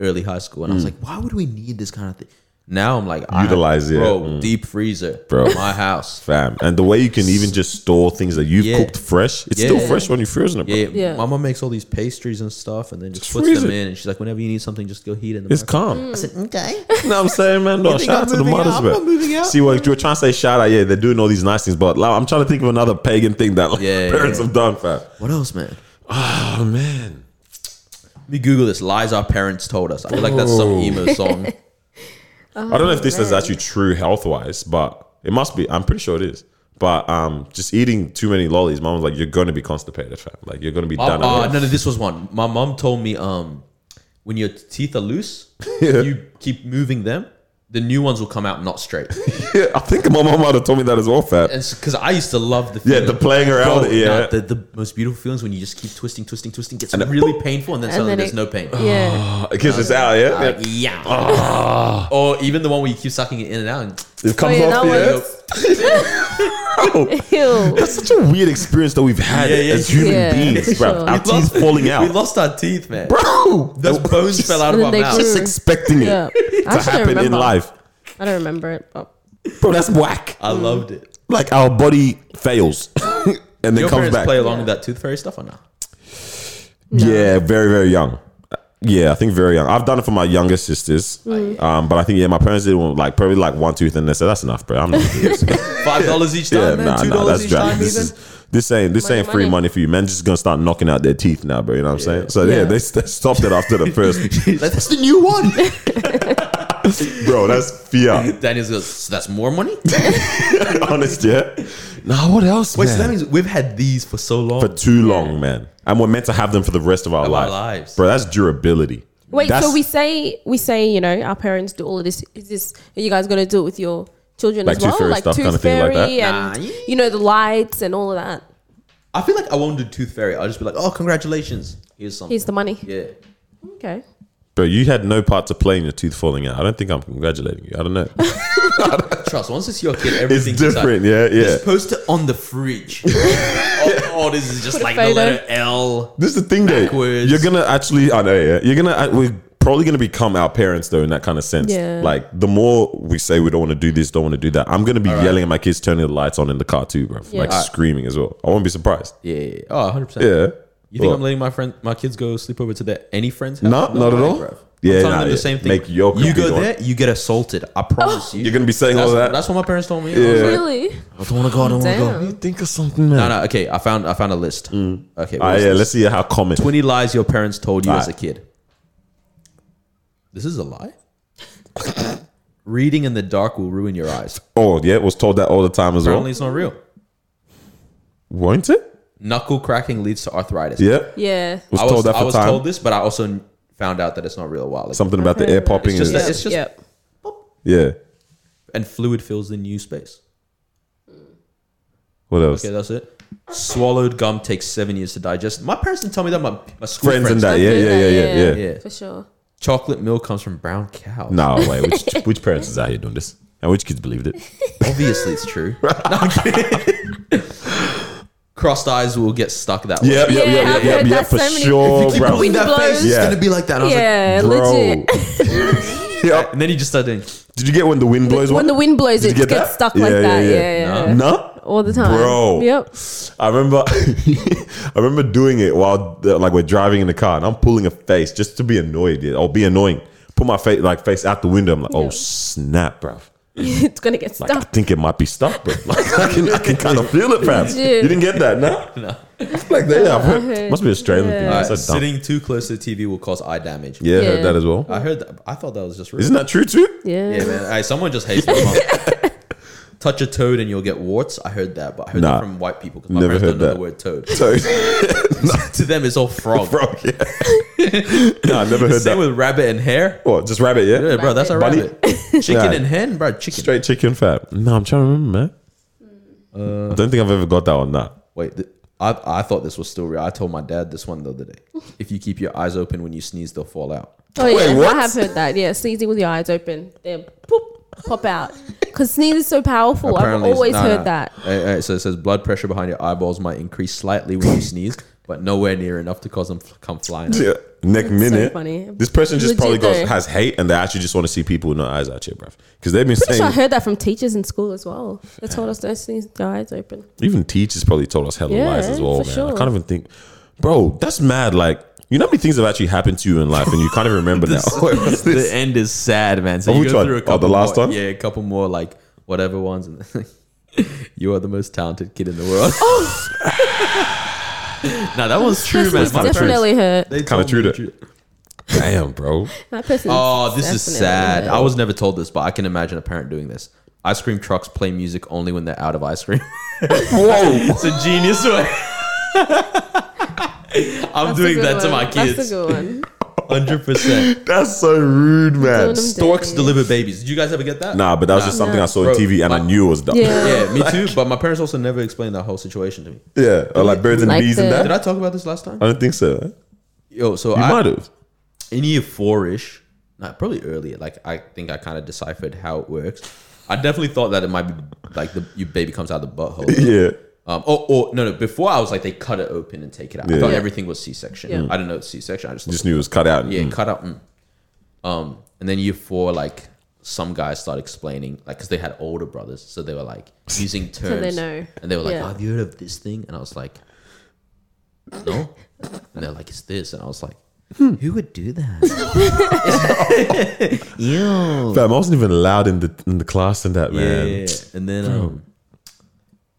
B: early high school, and
C: Mm.
B: I was like, why would we need this kind of thing? Now I'm like, I-
C: Utilize it.
B: bro.
C: Mm.
B: Deep freezer,
C: Bro.
B: My house.
C: fam, and the way you can even just store things that you've
B: Yeah.
C: cooked fresh, it's
B: Yeah.
C: still fresh when you're frozen it, bro.
B: Yeah,
D: Yeah.
B: my mom makes all these pastries and stuff, and then just,
C: Just
B: puts
C: freeze
B: them
C: it.
B: in, and she's like, whenever you need something, just go heat it in the
C: It's
B: microwave.
C: calm.
B: I said, okay.
C: You know what I'm saying, man? No,
B: think
C: shout
B: I'm
C: out to the
B: moving out?
C: mothers,
B: I'm
C: bro.
B: not moving out.
C: See, what you're trying to say, shout out, yeah, they're doing all these nice things, but like, I'm trying to think of another pagan thing that like,
B: Yeah, yeah,
C: parents
B: yeah.
C: have done, fam.
B: What else, man?
C: Oh, man.
B: Let me Google this. Lies our parents told us. I feel like that's some emo song.
D: Oh,
C: I don't know if this is
B: Oh,
D: man.
C: actually true health wise, but it must be. I'm pretty sure it is. But um, just eating too many lollies, mom was like, you're going to be constipated, fam. Like, you're going to be
B: Oh,
C: done.
B: oh,
C: at
B: no, no, this was one. My mom told me, um, when your teeth are loose, you keep moving them, the new ones will come out not straight.
C: Yeah, I think my mom might have told me that as well, fat.
B: Because I used to love the
C: Yeah, the playing around,
B: Bro,
C: yeah.
B: nah, the, the most beautiful feelings when you just keep twisting, twisting, twisting, gets
C: And then-
B: really painful, and then
D: And
B: suddenly
D: then
B: there's
D: it-
B: no pain.
D: Yeah.
C: Because Oh, it's out, yeah?
B: Like,
C: yeah.
B: yeah.
C: Ah.
B: Or even the one where you keep sucking it in and out. And,
C: It comes
D: yeah,
C: off,
D: that
C: yeah.
D: was-
C: Oh.
D: Ew.
C: That's such a weird experience that we've had
B: Yeah, yeah,
C: as human
D: yeah.
C: beings, bro.
D: Sure.
C: Our
B: We lost-
C: teeth falling
B: We
C: out.
B: lost our teeth, man.
C: Bro!
B: Those bones
C: just-
B: fell out of
D: And
B: our
D: they
B: mouth.
D: grew.
C: Just expecting it
D: Yeah.
C: to
D: I actually don't
C: happen in
D: remember.
C: life.
D: I don't remember it. Oh.
C: Bro, that's whack.
B: I loved it.
C: Like our body fails and then
B: Your
C: comes
B: parents
C: back.
B: play along with that tooth fairy stuff or not?
C: Yeah, very, very young. Yeah, I think very young. I've done it for my younger sisters.
D: Mm.
C: Um, but I think, yeah, my parents did one, like probably like one tooth and they said, that's enough, bro. I'm not doing this.
B: Five dollars each
C: Yeah,
B: time, man.
C: nah,
B: Two
C: nah,
B: dollars
C: that's
B: each
C: dry.
B: time,
C: This
B: even.
C: is this ain't this
D: Money,
C: ain't free
D: money.
C: money for you. Men's just gonna start knocking out their teeth now, bro. You know what I'm saying? So yeah,
D: Yeah.
C: they, they stopped it after the first.
B: that's the new one.
C: bro, that's fear.
B: Daniel's goes. So that's more money.
C: Honest, yeah. Nah, what else,
B: Wait,
C: man?
B: so that means we've had these for so long.
C: for too long, man. And we're meant to have them for the rest of our,
B: Of our
C: life.
B: lives.
C: bro. That's durability.
D: Wait,
C: That's-
D: so we say we say you know our parents do all of this. Is this are you guys gonna do it with your children
C: Like
D: as
C: Tooth
D: well,
C: Fairy
D: like
C: stuff,
D: tooth
C: kinda thing like
D: fairy
C: that?
D: and
B: Nah.
D: you know the lights and all of that?
B: I feel like I won't do tooth fairy. I'll just be like, oh, congratulations. Here's something.
D: Here's the money.
B: yeah.
D: Okay.
C: Bro, you had no part to play in your tooth falling out. I don't think I'm congratulating you. I don't know.
B: Trust. Once it's your kid,
C: It's
B: everything's
C: different,
B: Inside.
C: yeah, yeah.
B: Just post it on the fridge. oh, oh, this is just
D: Put a
B: like the
D: photo.
B: letter L.
C: This is the thing, though.
B: Backwards.
C: You're gonna actually, I know, yeah. You're gonna, uh, we're probably gonna become our parents, though, in that kind of sense.
D: Yeah.
C: Like, the more we say we don't want to do this, don't want to do that, I'm gonna be yelling at my kids, turning the lights on in the car too, bro.
D: Yeah.
C: Like
D: Alright.
C: screaming as well. I won't be surprised.
B: Yeah. yeah, yeah. Oh, 100 percent.
C: Yeah.
B: You think
C: Well,
B: I'm letting my friend, my kids go sleep over to their any friend's house?
C: No, not at
B: way,
C: all.
B: bruv.
C: Yeah,
B: I'm telling
C: nah,
B: them the
C: yeah.
B: same thing.
C: Make your
B: you
C: computer
B: go
C: on.
B: there, you get assaulted. I promise you.
C: You're gonna be saying
B: that's,
C: all that.
B: That's what my parents told me.
C: Yeah.
D: Really?
B: I don't want to go. I don't want to go.
D: Damn.
C: think of something, man.
B: No, no. Okay, I found I found a list. Okay,
C: All
B: what
C: right,
B: is
C: Mm. Ah, yeah,
B: this?
C: let's see how common.
B: twenty lies your parents told you as a
C: Alright.
B: kid. This is a lie. Reading in the dark will ruin your eyes.
C: Oh, yeah, was told that all the time as
B: Apparently,
C: well.
B: it's not real.
C: Won't it?
B: Knuckle cracking leads to arthritis.
C: Yeah.
D: Yeah.
C: Was
B: I was,
C: told that
B: I
C: for
B: was
C: time.
B: told this, but I also n- found out that it's not real a while ago.
C: something about the air popping.
B: It's just
C: and-
B: that- it's just-
D: Yep.
C: yeah.
B: and fluid fills the new space.
C: What else?
B: Okay, that's it. Swallowed gum takes seven years to digest. My parents didn't tell me that. My, my school
C: friends,
B: friends,
C: and that.
D: I've
C: Yeah,
D: heard
C: yeah, yeah,
D: that,
C: yeah, yeah.
D: yeah.
B: Yeah.
D: for sure.
B: Chocolate milk comes from brown cows.
C: No, wait. Which, which parents is out here doing this? And which kids believed it?
B: Obviously, it's true. No, I'm kidding. Crossed eyes will get stuck that way.
C: Yep, yep,
D: Yeah,
C: yep, yep,
D: I've
C: yep,
D: heard
C: yep,
D: that
C: for
D: so many-
C: sure,
D: If you
C: bro.
D: put in that Blows. face,
B: it's
C: Yeah.
B: gonna be like that. And I was like,
D: Yeah,
C: bro.
D: legit.
C: yep.
B: and then you just start doing.
C: Did you get when the wind blows?
D: When
C: one?
D: the wind blows,
C: Did you
D: it
C: get
D: gets
C: that?
D: stuck
C: Yeah,
D: like
C: yeah,
D: that.
C: yeah.
D: Yeah, yeah, yeah.
C: No.
D: All the time.
C: Bro.
D: Yep.
C: I remember, I remember doing it while uh, like we're driving in the car, and I'm pulling a face just to be annoyed yeah, or be annoying. Put my face like face out the window. I'm like, oh
D: Yeah.
C: snap, bro.
D: it's gonna get
C: Like I
D: stuck.
C: think it might be stuck, bro. Like I can, I can kind of feel it, fam.
D: Yeah.
C: You didn't get that, no?
B: No.
C: Like that, yeah. I've heard-
D: heard-
C: Must be Australian thing.
D: yeah.
C: That's
B: Alright,
C: so dumb.
B: sitting too close to the TV will cause eye damage.
C: Yeah, I heard
D: Yeah.
C: that as well.
B: I heard that. I thought that was just real.
C: Isn't that true too?
D: Yeah.
B: yeah, man. Hey, someone just hates my mom. Touch a toad and you'll get warts. I heard that, but I heard
C: Nah.
B: that from white people because my
C: Never
B: parents don't
C: heard
B: know
C: that.
B: the word toad.
C: So,
B: to them, it's all frog.
C: bro, yeah. no, I never heard
B: Same
C: that.
B: with rabbit and hare.
C: What? Just rabbit, yeah?
B: Yeah, bro, that's a
C: Bunny?
B: rabbit. Chicken
C: Yeah.
B: and hen, bro. Chicken.
C: Straight chicken fat. No, I'm trying to remember, man. I don't think I've ever got that one. Nah.
B: Wait, th- I, I thought this was still real. I told my dad this one the other day. If you keep your eyes open when you sneeze, they'll fall out.
D: Oh yeah,
C: what?
D: I have heard that. Yeah, sneezing with your eyes open, they pop pop out. Because sneeze is so powerful. I've
B: it's-
D: always
B: nah,
D: heard
B: nah.
D: that.
B: Hey, hey, so it says blood pressure behind your eyeballs might increase slightly when you sneeze, but nowhere near enough to cause them to come flying. out.
C: Yeah. Next minute,
D: funny.
C: this person just
D: Legit
C: probably
D: though.
C: goes, has hate, and they actually just want to see people with no eyes out here, bruv. Because they've been
D: Pretty sure I
C: saying,
D: heard that from teachers in school as well. They told us don't sneeze with your eyes open.
C: even teachers probably told us hella
D: Yeah,
C: lies as well, man.
D: for
C: I
D: sure.
C: can't even think, bro. That's mad. Like, you know how many things have actually happened to you in life, and you can't even remember now. Oh, Wait, what's
B: the
C: this?
B: end is sad, man. So
C: Oh,
B: you
C: which
B: go
C: one?
B: through a
C: Oh,
B: couple
C: the last
B: more,
C: one?
B: Yeah, a couple more like whatever ones. And you are the most talented kid in the world.
D: Oh.
B: now that was true, man.
D: It's
B: My parents-
D: definitely hurt.
B: they
C: Kinda
B: told me
C: true
B: the
C: to-
B: truth.
C: Damn, bro.
D: That person.
B: Oh, this is
D: definitely
B: sad.
D: hurt.
B: I was never told this, but I can imagine a parent doing this. Ice cream trucks play music only when they're out of ice cream.
C: Whoa.
B: it's a genius way. I'm
D: That's a
B: doing
D: good
B: that to
D: one.
B: my kids.
D: That's a good one.
B: hundred percent.
C: That's so rude, man.
D: Don't know.
B: Storks deliver babies. Did you guys ever get that?
C: Nah, but that was just something I saw on
B: Bro,
C: TV and I
B: like-
C: knew it was dumb.
D: Yeah.
B: Yeah, me too. But my parents also never explained that whole situation to me.
C: Yeah, or like birds and
D: Like
C: bees and
D: the-
C: that.
B: Did I talk about this last time?
C: I don't think so. Uh, You
B: Yo, so I
C: might have.
B: in year four ish, not probably earlier. Like I think I kind of deciphered how it works. I definitely thought that it might be like the your baby comes out of the butthole.
C: Yeah.
B: Um, or, or no, no. Before I was like they cut it open and take it out. I
C: Yeah.
B: thought
C: Yeah.
B: everything was C-section.
D: Yeah.
B: I didn't know it's C-section. I just,
C: Just knew it was cut out.
B: yeah,
C: Mm.
B: cut out. mm. Um, and then year four, like some guys started explaining, like because they had older brothers, so they were like using terms.
D: they know.
B: And they were like,
D: Yeah.
B: "Oh, "Have you heard of this thing?" And I was like, "No." and they're like, "It's this," and I was like, "Who would do that?" Ew.
C: Fam, I wasn't even allowed in the in the class and that, man. Yeah,
B: Yeah, and then um,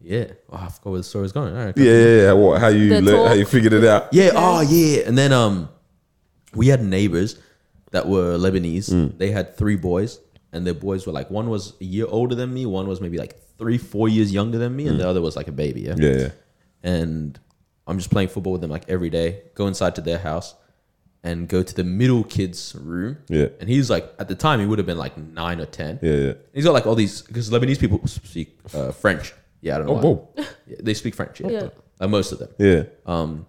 B: yeah, oh, I forgot where the story was going. All right,
C: yeah, yeah. What? How you
D: The
C: lear- how
D: talk.
C: you figured it out?
B: Yeah, oh yeah. And then um we had neighbors that were Lebanese.
C: Mm.
B: They had three boys and their boys were like one was a year older than me, one was maybe like three, four years younger than me, and the other was like a baby, yeah.
C: Mm. Yeah, yeah.
B: And I'm just playing football with them like every day, go inside to their house and go to the middle kid's room.
C: Yeah.
B: And he's like at the time he would have been like nine or ten.
C: Yeah, yeah.
B: He's got like all these because Lebanese people speak uh, French. Yeah, I don't know.
C: Oh,
B: why.
C: whoa.
B: Yeah, they speak French. Yeah,
D: Yeah.
B: Uh, most of them.
C: Yeah.
B: So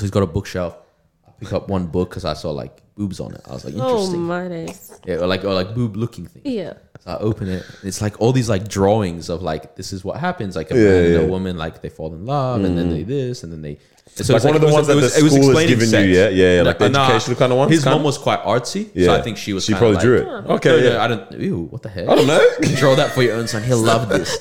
B: he's got a bookshelf. I pick up one book because I saw like boobs on it. I was like,
D: Oh
B: interesting.
D: my days.
B: yeah, or like or like boob looking thing.
D: Yeah.
B: So I open it. And it's like all these like drawings of like this is what happens. Like a
C: Yeah,
B: man
C: yeah. Mm.
B: and a woman like they fall in love and then they this and then they. and So
C: Like
B: it's
C: one of the
B: it was-
C: ones that
B: it was-
C: the
B: it was
C: school is
B: explaining
C: giving you,
B: sex. uh,
C: yeah, yeah, like the educational kind of ones,
B: His
C: kind
B: mom
C: of?
B: was quite artsy,
C: yeah.
B: so I think she was.
C: She
B: kinda
C: probably
B: like,
C: drew it. Okay.
B: no,
C: yeah.
B: no, I don't. Ew, what the heck?
C: I don't know.
B: Draw that for your own son. He'll love this.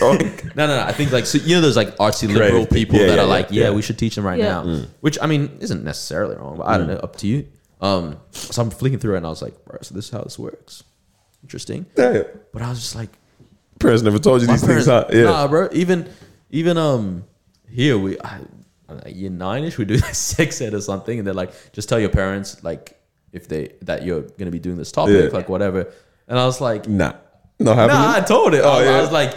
B: No, no, no. I think like so you know those like artsy liberal
C: people.
B: people
C: Yeah,
B: that
C: yeah,
B: are
C: yeah,
B: like, yeah,
C: yeah. Mm.
B: we should teach them right
D: Yeah.
B: now, which I mean isn't necessarily wrong, but I don't know, up to you. Um, so I'm flicking through it and I was like, bro, so this is how this works. Interesting,
C: Damn.
B: but I was just like,
C: Parents never told you
B: my
C: these things. Huh?
B: parents-
C: Yeah.
B: nah, bro. Even even um here we I, I don't know, year nine ish we do like sex ed or something, and they're like, just tell your parents like if they that you're gonna be doing this topic,
C: Yeah.
B: like whatever. And I was like,
C: nah. Not happening.
B: Nah, I told it. I, was, I
C: Oh, yeah.
B: was like,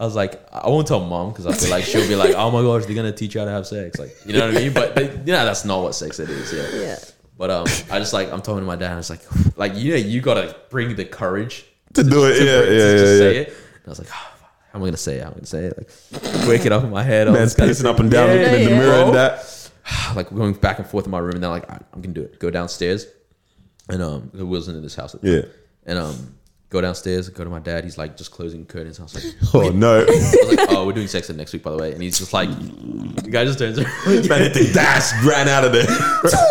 B: I was like, I won't tell mom because I feel like she'll be like, oh my gosh, they're gonna teach you how to have sex, like you know what I mean? But, but you know that's not what sex it is, yeah.
D: Yeah.
B: But um, I just like I'm talking to my dad. I was like, like you know, you gotta bring the courage
C: to do it.
B: to,
C: Yeah,
B: bring- to
C: yeah,
B: just
C: yeah, yeah.
B: say it. And I was like, oh, fuck, how am I gonna say it? How am I gonna say it? Like, wake it up in my head. all
C: Man's
B: this kind of
C: pacing up
B: thing.
C: and down,
B: Yeah, Oh.
C: looking in the
D: yeah,
C: mirror
B: bro
C: and that.
B: like going back and forth in my room, and then like "Alright, I'm gonna do it. Go downstairs, and um, the wheels into this house. at the
C: Yeah.
B: time. and um, go downstairs, go to my dad. He's like just closing curtains. I was like,
C: Oh no.
B: I was like, oh, we're doing sex ed next week, by the way. And he's just like, the guy just turns around.
C: Man, the dash ran out of there.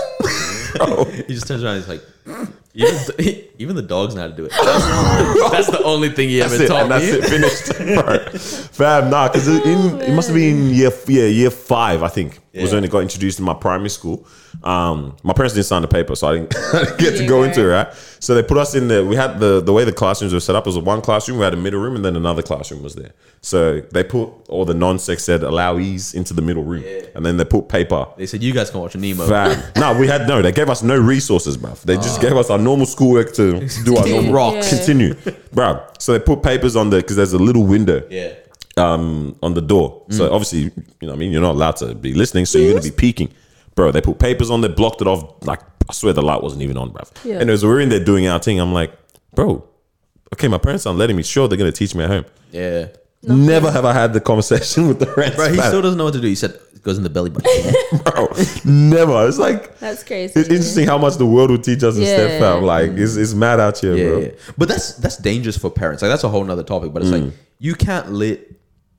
C: Oh,
B: He just turns around. And he's like, even the, even the dogs know how to do it. That's, that's the only thing he
C: That's
B: ever
C: it.
B: taught
C: And that's
B: me.
C: it. Finished. Bro. Fam, nah, because it, in- it must have been year f- yeah year five, I think, was
B: Yeah.
C: when it got introduced in my primary school. Um, my parents didn't sign the paper, so I didn't, I didn't get to
D: Yeah,
C: go
D: right.
C: into it. Right. So they put us in there. We had the the way the classrooms were set up was one classroom, we had a middle room, and then another classroom was there. So they put all the non sex ed allowees into the middle room, and then they put paper.
B: They said you guys can watch Nemo.
C: Fam. no, we had no. They gave us no resources, bruv. They just gave us our normal schoolwork to do our
B: Yeah.
C: normal
B: Rocks.
C: continue, bruv. So they put papers on the because there's a little window
B: Yeah.
C: um, on the door. So obviously, you know, what I mean, you're not allowed to be listening, so you're gonna be peeking, bro. They put papers on, they blocked it off. Like I swear, the light wasn't even on, bruv.
D: Yeah.
C: And as we we're in there doing our thing, I'm like, bro, okay, my parents aren't letting me. Sure, they're gonna teach me at home.
B: Yeah.
C: Never have I had the conversation with the rest,
B: Bro,
C: bro.
B: he still doesn't know what to do. He said it goes in the belly button.
C: Never. It's like
D: That's crazy.
C: it's interesting how much the world will teach us in step
D: Yeah.
C: fam. Like it's, it's mad out here,
B: yeah,
C: bro.
B: yeah. But that's that's dangerous for parents. Like that's a whole nother topic. But it's
C: Mm.
B: like you can't let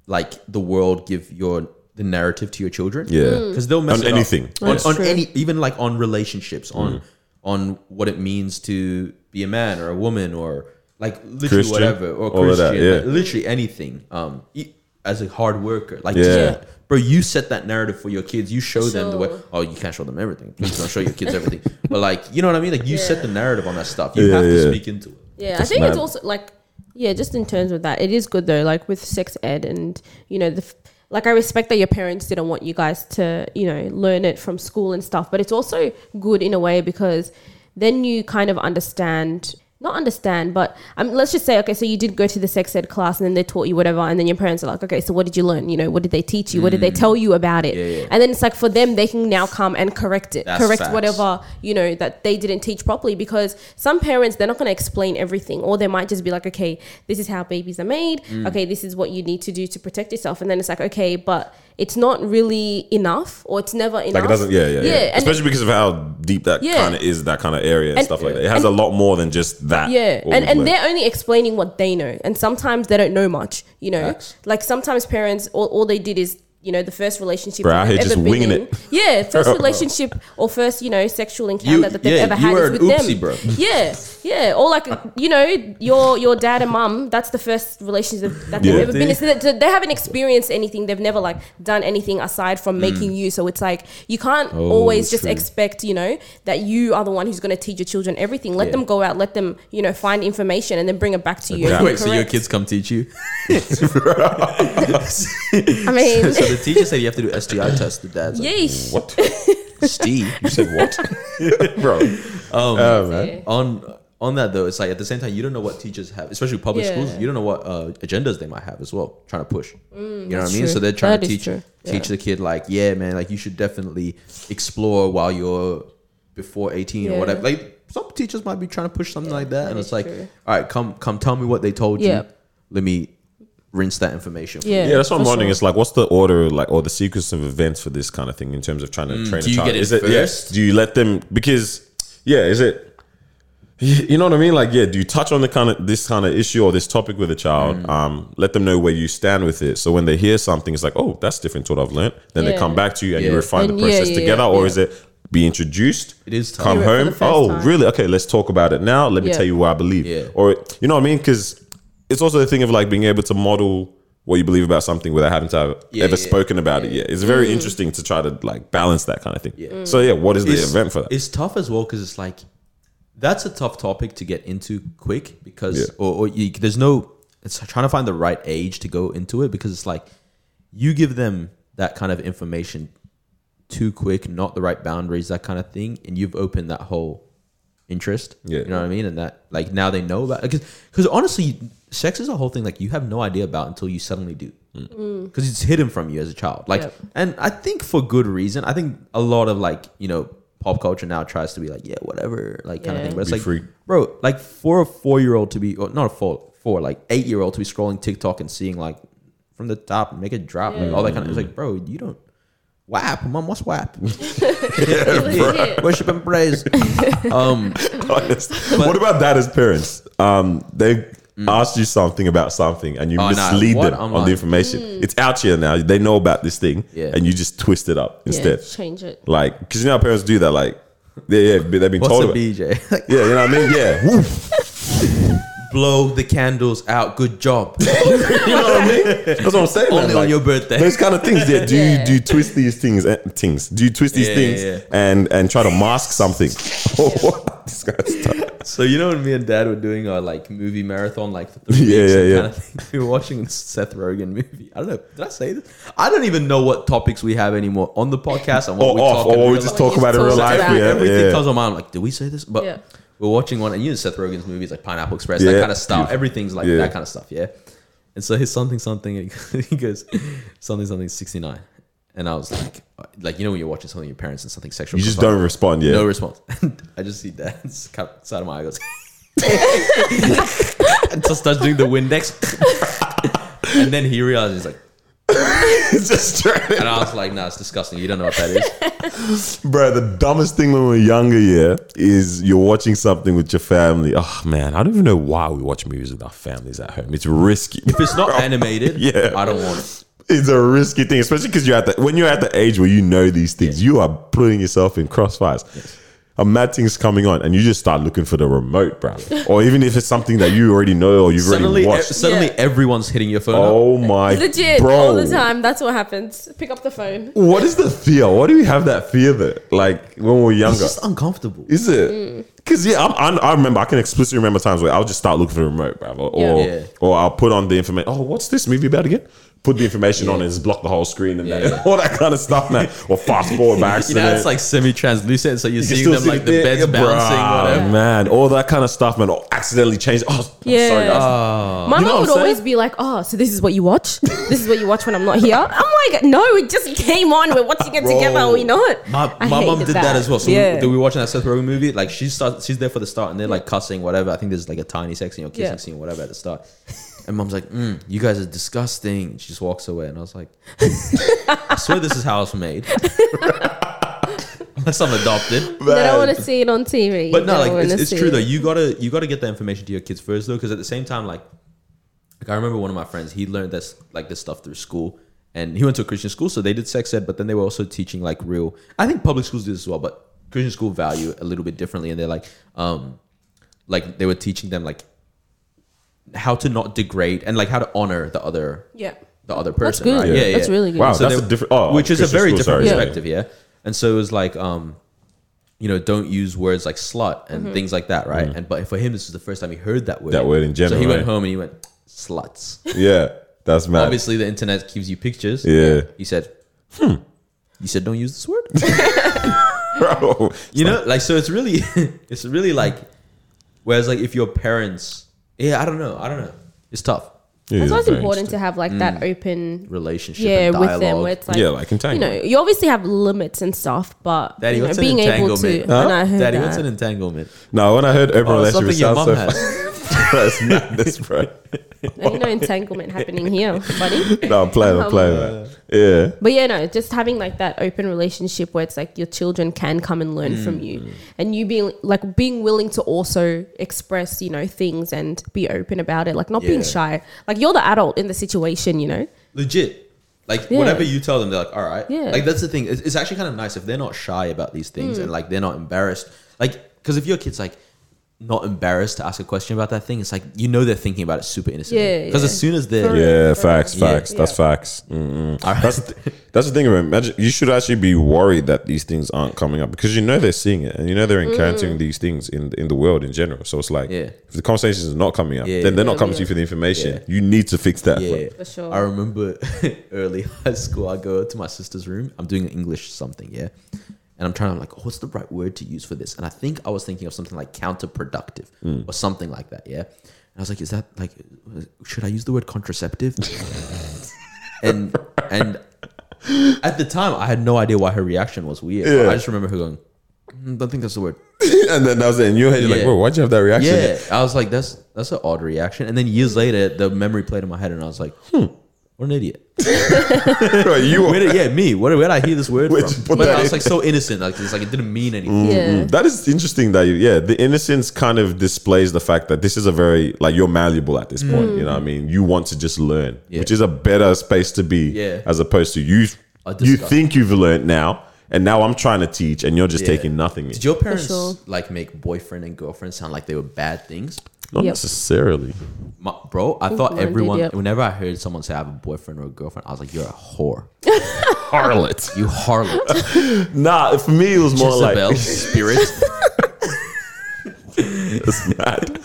B: like the world give your the narrative to your children.
C: Yeah. Mm.
B: because they'll mess
C: On
B: it up.
C: anything. Mm.
B: on,
C: That's
B: on
D: true.
B: any even like on relationships on on what it means to be a man or a woman or like literally
C: Christian,
B: whatever or
C: all
B: Christian,
C: of that,
B: like,
C: yeah.
B: literally anything. Um, e- as a hard worker, like
C: Yeah.
B: just- Bro, you set that narrative for your kids. You show them the way.
D: Sure.
B: Oh, you can't show them everything. Please don't show your kids everything. But like, you know what I mean? Like, you set the narrative on that stuff. You
C: Yeah,
B: have to
C: yeah.
B: speak into it.
D: Yeah, I
C: That's
D: think it's
C: mad.
D: also like, yeah, just in terms of that, it is good though. Like with sex ed, and you know, the f- like I respect that your parents didn't want you guys to, you know, learn it from school and stuff, but it's also good in a way because then you kind of understand not understand, but um, let's just say, okay, so you did go to the sex ed class and then they taught you whatever, and then your parents are like, okay, so what did you learn? You know, what did they teach you? What did they tell you about it?
B: Mm. yeah.
D: And then it's like for them, they can now come and correct it,
B: That's
D: correct
B: facts.
D: whatever, you know, that they didn't teach properly because some parents, they're not going to explain everything, or they might just be like, okay, this is how babies are made.
C: Mm.
D: Okay, this is what you need to do to protect yourself. And then it's like, okay, but it's not really enough, or it's never enough.
C: Like it doesn't, yeah, yeah, yeah.
D: and-
C: Especially because of how deep that
D: Yeah.
C: kind of is, that kind of area and,
D: And-
C: stuff like that. It has
D: and-
C: a lot more than just that.
D: Yeah,
C: what
D: and
C: we've
D: and
C: learned.
D: they're only explaining what they know, and sometimes they don't know much. You know,
B: Facts.
D: like sometimes parents, all, all they did is you know the first relationship
C: Bro,
D: that
C: out
D: they've
C: here just
D: ever been
C: winging
D: in.
C: it.
D: Yeah, first
C: Bro.
D: relationship or first you know sexual encounter
B: You-
D: that they've
B: yeah,
D: ever
B: you
D: had
B: were
D: is
B: an
D: with
B: oopsie,
D: them.
B: bro.
D: Yeah, yeah, or like you know your your dad and mum. That's the first relationship that they've
C: Yeah.
D: ever been in. So that- so they haven't experienced anything. They've never like done anything aside from making you. So it's like you can't always just
B: true.
D: expect you know that you are the one who's going to teach your children everything. Let
B: Yeah.
D: them go out. Let them you know find information and then bring it back to you.
B: Wait,
D: and
B: wait, so your
D: correct.
B: kids come teach you?
D: I mean,
B: So the teacher said you have to do STI test. The dad's like,
D: yeesh.
C: What?
B: Steve.
C: You said what? Bro. Oh, man.
B: on on that though, it's like at the same time you don't know what teachers have, especially public
D: Yeah. Mm,
B: schools. You don't know what uh, agendas they might have as well, trying to push. you know what I
D: that's
B: mean?
D: true.
B: So they're trying
D: That
B: to teach
D: is true.
B: teach the kid like, yeah, man, like you should definitely explore while you're before eighteen or
D: Yeah.
B: whatever. Like some teachers might be trying to push something like that,
D: that
B: and
D: is
B: it's like,
D: true.
B: all right, come come tell me what they told
D: Yeah.
B: you. Let me rinse that information. for you."
D: Yeah,
C: Yeah, that's what I'm
D: for
C: wondering.
D: sure.
C: It's like, what's the order, like, or the sequence of events for this kind of thing in terms of trying to train
B: Mm, do
C: a
B: you
C: child?
B: get it
C: is it yes?
B: first?
C: Do you let them? Because yeah, is it? You you know what I mean? Like, yeah, do you touch on the kind of this kind of issue or this topic with a child?
B: Mm.
C: Um, let them know where you stand with it. So when they hear something, it's like, oh, that's different to what I've learned. Then
D: Yeah.
C: they come back to you and
B: Yeah.
C: you refine
D: And
C: the
D: yeah,
C: process
D: yeah,
C: together,
D: yeah,
C: or
D: yeah.
C: is it be introduced?
B: It is tough.
C: come
D: Do it for the
C: home.
D: first
C: Oh,
D: time.
C: really? Okay, let's talk about it now. Let me
D: Yeah.
C: tell you what I believe.
B: Yeah.
C: Or you know what I mean? Because it's also the thing of like being able to model what you believe about something without having to have
B: Yeah,
C: ever
B: yeah.
C: spoken about it yet. It's very interesting to try to like balance that kind of thing.
B: Yeah.
C: So yeah, what is the
B: it's,
C: event for that?
B: It's tough as well because it's like that's a tough topic to get into quick because
C: Yeah.
B: or, or you, there's no it's trying to find the right age to go into it because it's like you give them that kind of information too quick, not the right boundaries, that kind of thing, and you've opened that whole interest.
C: Yeah.
B: you know what I mean, and that like now they know about because because honestly, sex is a whole thing like you have no idea about until you suddenly do
C: Hmm.
B: because it's hidden from you as a child. Like,
D: Yep.
B: and I think for good reason. I think a lot of like you know pop culture now tries to be like yeah whatever like kind of
D: Yeah.
B: thing, but it's
C: Be
B: like
C: free.
B: bro, like for a four year old to be or not a four four like eight year old to be scrolling TikTok and seeing like from the top make a drop like all that kind of it's like bro you don't. WAP, mom, what's WAP?
D: Legit.
B: Worship and praise. um,
C: Honest. what about that as parents? Um, they asked you something about something and you
B: Mm. Oh, no.
C: mislead
B: What?
C: them
B: I'm
C: on
B: like-
C: the information. It's out here now. They know about this thing
B: Yeah.
C: and you just twist it up instead.
D: Yeah, change it.
C: Like, because you know how parents do that. Like, yeah, yeah, they've been
B: what's
C: told
B: a
C: about.
B: BJ? Like,
C: Yeah, you know what I mean. Yeah, Woo.
B: blow the candles out. Good job.
C: you know what I mean. That's what I'm saying. man.
B: Only on
C: Like,
B: your birthday.
C: Those kind of things. Yeah, do
D: Yeah.
C: you do you twist these things? eh, Things. Do you twist these
B: Yeah,
C: things
B: yeah, yeah.
C: and and try to mask something? this guy's tough.
B: So you know when me and Dad were doing our like movie marathon, like for three
C: Yeah,
B: weeks
C: yeah,
B: and
C: yeah.
B: Kind of thing, we were watching the Seth Rogen movie. I don't know. Did I say this? I don't even know what topics we have anymore on the podcast and what
C: Or
B: we
C: off,
B: talk. in
C: or we
B: real life.
C: just talk about it in
D: Talk
C: real life.
D: about it.
C: Yeah,
B: Everything
C: yeah.
B: comes on mind. I'm like, did we say this? But
D: Yeah.
B: we're watching one, and you know Seth Rogen's movies like Pineapple Express, that
C: Yeah.
B: kind of stuff.
C: Beautiful.
B: Everything's like
C: Yeah.
B: that kind of stuff. Yeah. And so his something something he goes something something sixty nine, and I was like, like you know when you're watching something with your parents and something sexual,
C: You just
B: comes on?
C: don't respond. Yeah.
B: No response. And I just see Dad's cup- side of my eye goes. and so starts doing the Windex. and then he realizes, like,
C: It's just trying.
B: and I was like, nah, it's disgusting. You don't know what that is.
C: Bro, the dumbest thing when we were younger, yeah, is you're watching something with your family. Oh man, I don't even know why we watch movies with our families at home. It's risky.
B: If it's not animated,
C: Yeah.
B: I don't want it.
C: it's a risky thing, especially because you're at the when you're at the age where you know these things, you are putting yourself in crossfires. A mad thing's coming on, and you just start looking for the remote, bro. or even if it's something that you already know or you've
B: Suddenly,
C: already
B: e-
C: watched.
B: suddenly
D: Yeah.
B: everyone's hitting your phone. up.
C: oh my,
D: Legit,
C: bro!
D: all the time. That's what happens. Pick up the phone.
C: What is the fear? Why do we have that fear that, like, when we were
B: It's
C: younger?
B: just uncomfortable.
C: Is
D: Mm.
C: it? Because yeah, I'm, I, I remember. I can explicitly remember times where I'll just start looking for the remote, bruv, or
D: Yeah.
C: or,
B: Yeah.
C: or I'll put on the information. Oh, what's this movie about again? put the information on and just block the whole screen and
B: Yeah,
C: that,
B: yeah.
C: all that kind of stuff now. Or fast forward by
B: You
C: accident.
B: know, it's like semi-translucent, so you're
C: You can
B: seeing
C: still
B: them
C: see
B: like the
C: thing.
B: beds
C: Bruh,
B: bouncing, whatever.
C: Man, all that kind of stuff, man. Or accidentally change. Oh,
D: Yeah.
C: yeah. sorry, guys.
D: My
C: You know
D: mom
C: what
D: would
C: I'm
D: always
C: saying?
D: be like, "Oh, so this is what you watch? this is what you watch when I'm not here." I'm like, "No, it just came on. We're watching it together.
C: Bro.
D: We know it."
B: My,
D: I
B: my mom
D: hated
B: did that. as well. So
D: yeah.
B: we, we were watching that Seth Rogen movie. Like she starts, she's there for the start, and they're like cussing, whatever. I think there's like a tiny sex scene or kissing
D: Yeah.
B: scene, whatever, at the start. And mom's like, mm, "You guys are disgusting." She just walks away, and I was like, "I swear this is how it's made." Unless I'm adopted,
D: they don't want to see it on TV.
B: but no,
D: They don't
B: like
D: wanna
B: it's, it's
D: see
B: true
D: it.
B: though. You gotta you gotta get that information to your kids first though, because at the same time, like, like I remember one of my friends, he learned this like this stuff through school, and he went to a Christian school, so they did sex ed, but then they were also teaching like real. I think public schools do this as well, but Christian school value it a little bit differently, and they're like, um, like they were teaching them like how to not degrade and like how to honor the other
D: Yeah.
B: the other
D: That's
B: person.
D: good.
B: Right? Yeah, yeah,
D: That's really good.
C: Wow.
B: so
C: that's
B: they-
C: a different- oh,
B: which is a
C: Christian
B: very
C: school,
B: different
C: sorry,
B: perspective, yeah. And so it was like, um, you know, don't use words like slut
D: Mm-hmm.
B: and things like that, right? And but for him, this was the first time he heard that word.
C: Mm. That word in
B: So
C: general,
B: he went
C: right?
B: home and he went sluts.
C: yeah, that's mad.
B: Obviously, the internet gives you pictures.
C: Yeah.
B: He said, "Hmm." You said don't use this word.
C: Bro.
B: you know, like so. It's really, it's really like. Whereas, like, if your parents, yeah, I don't know, I don't know, it's tough
C: Yeah,
D: That's why it's
C: very
D: important to have like that open
B: Mm. relationship.
D: yeah
B: and dialogue.
D: with them where it's like
C: Yeah, like
D: you
C: entanglement.
D: know you obviously have limits and stuff but
B: Daddy,
D: you know,
B: what's an
D: being able to
B: entanglement?
D: and I heard
B: Daddy,
D: that.
B: what's an entanglement?
C: No, when I heard open
B: Oh, it's
C: relationship, it
B: something your mum
C: sounds so
B: has.
C: funny. Bro, it's madness, bro.
D: There ain't no entanglement happening here buddy
C: No, I'm playing,
D: Oh,
C: I'm playing, man. Yeah.
D: but yeah no just having like that open relationship where it's like your children can come and learn from
C: Mm.
D: you and you being like being willing to also express you know things and be open about it like not being
B: Yeah.
D: shy like you're the adult in the situation you know
B: legit. Like
D: Yeah.
B: whatever you tell them, they're like, all right.
D: Yeah. Mm.
B: Like that's the thing. It's, it's actually kind of nice if they're not shy about these things and like they're not embarrassed. Like because if your kid's like not embarrassed to ask a question about that thing, it's like you know they're thinking about it super innocently.
D: Yeah,
B: Because
D: yeah.
B: as soon as they're
C: Yeah, facts,
B: Yeah.
C: facts. That's
D: Yeah.
C: facts. Mm-mm. That's, the th- that's the thing. About Imagine you should actually be worried that these things aren't coming up because you know they're seeing it and you know they're encountering these things in in the world in general. So it's like,
B: Yeah.
C: if the conversations are not coming up,
B: Yeah,
C: then they're
D: yeah.
C: not coming to you for the information. You need to fix that.
B: yeah.
D: For sure.
B: I remember early high school, I go to my sister's room. I'm doing English something, yeah. And I'm trying to like, what's the right word to use for this? And I think I was thinking of something like counterproductive or something like that, yeah. And I was like, is that like, should I use the word contraceptive? and and at the time, I had no idea why her reaction was weird.
C: Yeah.
B: I just remember her going, "Mm, don't think that's the word.
C: and then that was it. And you're
B: Yeah.
C: like, bro, why'd you have that reaction?
B: Yeah, I was like, that's that's an odd reaction. And then years later, the memory played in my head, and I was like, hmm, what an idiot.
C: Bro, you
B: Where did, yeah, me. Where, where did I hear this word
C: Where'd you
B: from?
C: put
B: But
C: that
B: I was
C: in? Mm.
B: like so innocent. Like it's like it didn't mean anything.
D: yeah
C: That is interesting that you, yeah, the innocence kind of displays the fact that this is a very, like, you're malleable at this point. You know what I mean? You want to just learn,
B: Yeah.
C: which is a better space to be
B: Yeah.
C: as opposed to you,
B: A
C: you
B: disgust.
C: think you've learned now, and now I'm trying to teach, and you're just
B: Yeah.
C: taking nothing.
B: Did your parents
D: sure.
B: like make boyfriend and girlfriend sound like they were bad things?
C: Not
D: Yep.
C: necessarily.
B: My, bro, I
D: mine
B: thought
D: did,
B: everyone.
D: yep.
B: Whenever I heard someone say I have a boyfriend or a girlfriend, I was like, "You're a whore,
C: Harlot.
B: you harlot,
C: Nah, for me, it was more
B: Jezebel,
C: like,
B: spirit."
C: it's mad.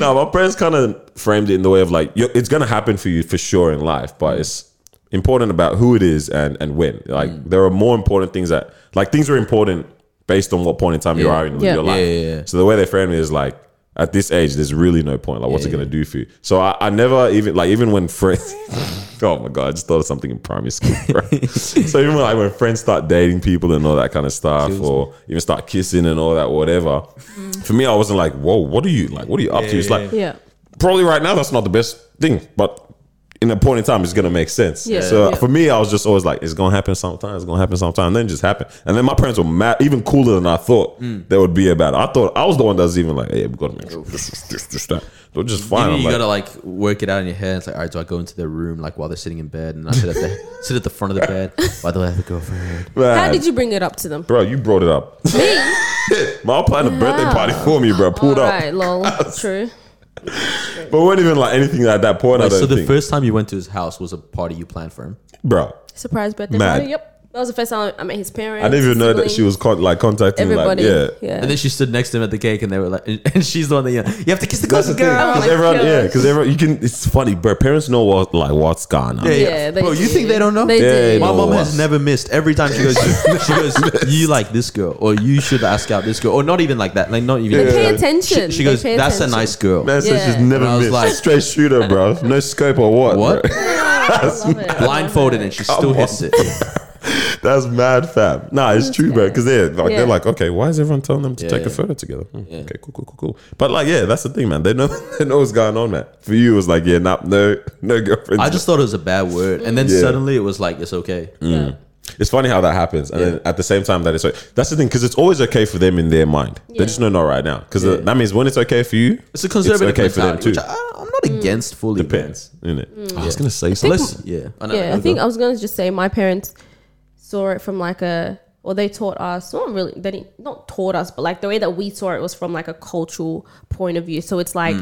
C: no, my parents kind of framed it in the way of like, you it's going to happen for you for sure in life,
B: Mm.
C: but it's important about who it is and, and when. Like,
B: Mm.
C: there are more important things that, like, things are important based on what point in time you
B: Yeah.
C: are in
D: Yeah.
C: your life.
B: Yeah, yeah, yeah.
C: So the way they framed it is like, at this age, there's really no point. Like, what's it going to do for you? So I, I never even, like, even when friends, oh my God, I just thought of something in primary school. Right? so even when, like, when friends start dating people and all that kind of stuff, or even start kissing and all that, whatever, for me, I wasn't like, whoa, what are you, like, what are you up to? It's like,
D: yeah
C: probably right now that's not the best thing, but in a point in time, it's gonna make sense.
D: Yeah.
C: So
D: Yeah.
C: for me, I was just always like, it's gonna happen sometime. It's gonna happen sometime. And then it just happened. And then my parents were mad, even cooler than I thought
D: Mm.
C: they would be about it. I thought I was the one that's even like, hey, we gotta make sure this, this, this, this, that. They're just fine.
B: You,
C: I'm
B: you
C: like,
B: gotta like work it out in your head. It's like, all right, do I go into their room like while they're sitting in bed, and I sit at the sit at the front of the bed? By the way, I have a girlfriend.
C: man,
D: how did you bring it up to them
C: bro? You brought it up.
D: me
C: My planned a birthday party for me, bro. Pulled up,
D: Ah, Alright, lol true
C: but weren't even like anything at that point. I
B: Like,
C: don't
B: so the
C: think,
B: first time you went to his house was a party you planned for him.
C: bro.
D: Surprise birthday
C: Mad.
D: party. Yep. That was the first time I met his parents.
C: I didn't even know that
D: siblings,
C: she was con- like contacting
D: everybody.
C: like yeah.
D: yeah.
B: And then she stood next to him at the cake, and they were like, and she's the one that you, you have to kiss the
C: That's the
B: closest
C: thing,
B: girl.
D: Oh
C: because
D: my
C: everyone, yeah,
D: gosh.
C: because everyone, you can. It's funny, but parents know what like what's going on.
B: Yeah, yeah.
D: they
B: Bro, you
D: do.
B: think they don't know?
D: They
C: Yeah,
D: do.
C: no.
B: My mom
C: What?
B: has never missed. Every time she goes, she goes, you like this girl, or you should ask out this girl, or not even like that, like not even.
D: They pay
B: She-
D: attention.
B: She,
D: They
B: goes,
D: pay
B: that's a
D: attention."
B: nice girl.
C: Man says
D: Yeah.
C: she's never
B: And I was
C: missed.
B: like-
C: Straight shooter, bro. No scope or what?
B: What?
C: bro?
D: I love it. I love
B: Blindfolded,
D: it.
B: and she still hits it.
C: That's mad, fab. Nah, it's true, bro. Because they're like,
D: Yeah.
C: they're like, okay, why is everyone telling them to
B: Yeah,
C: take a
B: yeah.
C: photo together? Hmm, Okay, cool, cool, cool, cool. But like, yeah, that's the thing, man. They know, they know what's going on, man. For you, it was like, yeah, nah, no, no girlfriend.
B: I just thought it was a bad word, and then
C: Yeah.
B: suddenly it was like it's okay.
D: Yeah.
C: Mm. It's funny how that happens, and then at the same time that it's like, that's the thing because it's always okay for them in their mind. They just know not right now because
B: Yeah.
C: that means when it's okay for you,
B: It's a conservative
C: okay for them
B: mentality, which
C: too.
B: I, I'm not against fully. man.
C: depends, isn't it? I was gonna say
D: think-
C: something.
B: Yeah, I know.
D: yeah, I
B: know.
D: think I was gonna just say my parents saw it from like a or they taught us not really they didn't not taught us but like the way that we saw it was from like a cultural point of view. So it's like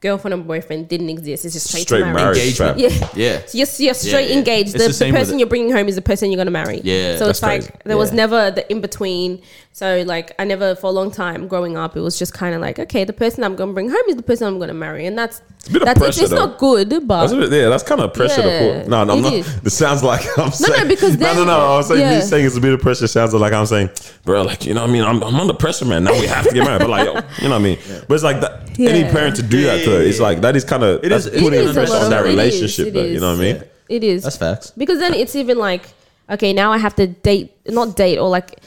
D: girlfriend and boyfriend didn't exist. It's just straight,
C: Straight
D: to
C: marriage.
D: marriage.
B: engagement.
D: Yeah.
B: yeah.
D: So you're, you're straight
B: yeah.
D: engaged.
B: It's
D: The,
B: the
D: the,
B: same with
D: person
B: it.
D: you're bringing home is the person you're going to marry.
B: Yeah.
D: So
C: That's
D: it's like
C: crazy.
D: there was
B: Yeah.
D: never the in between. So like I never for a long time growing up, it was just kind of like okay, the person I'm going to bring home is the person I'm going to marry, and that's
C: a bit of
D: that's it's,
C: pressure,
D: it's
C: though.
D: not good, but
C: That's a bit, yeah, that's kind of pressure to
D: Yeah,
C: put. No, no, I'm
D: it
C: not.
D: is.
C: It sounds like I'm saying.
D: because
C: no, no,
D: then-
C: no. I was saying, me
D: yeah.
C: saying it's a bit of pressure sounds like I'm saying, bro, like, you know what I mean? I'm, I'm under pressure, man. Now we have to get married. But, like, yo, you know what I mean? But it's like that, any
D: Yeah.
C: parent to do that to,
B: Yeah.
C: it's like, that is kind of
B: It
C: that's
B: is- it
C: putting
B: is a
C: pressure
B: lot
C: on
B: of-
C: that
D: it is,
C: relationship,
D: it
C: though. You know what I mean?
D: is. It is.
B: That's facts.
D: Because then it's even like, okay, now I have to date, not date, or like,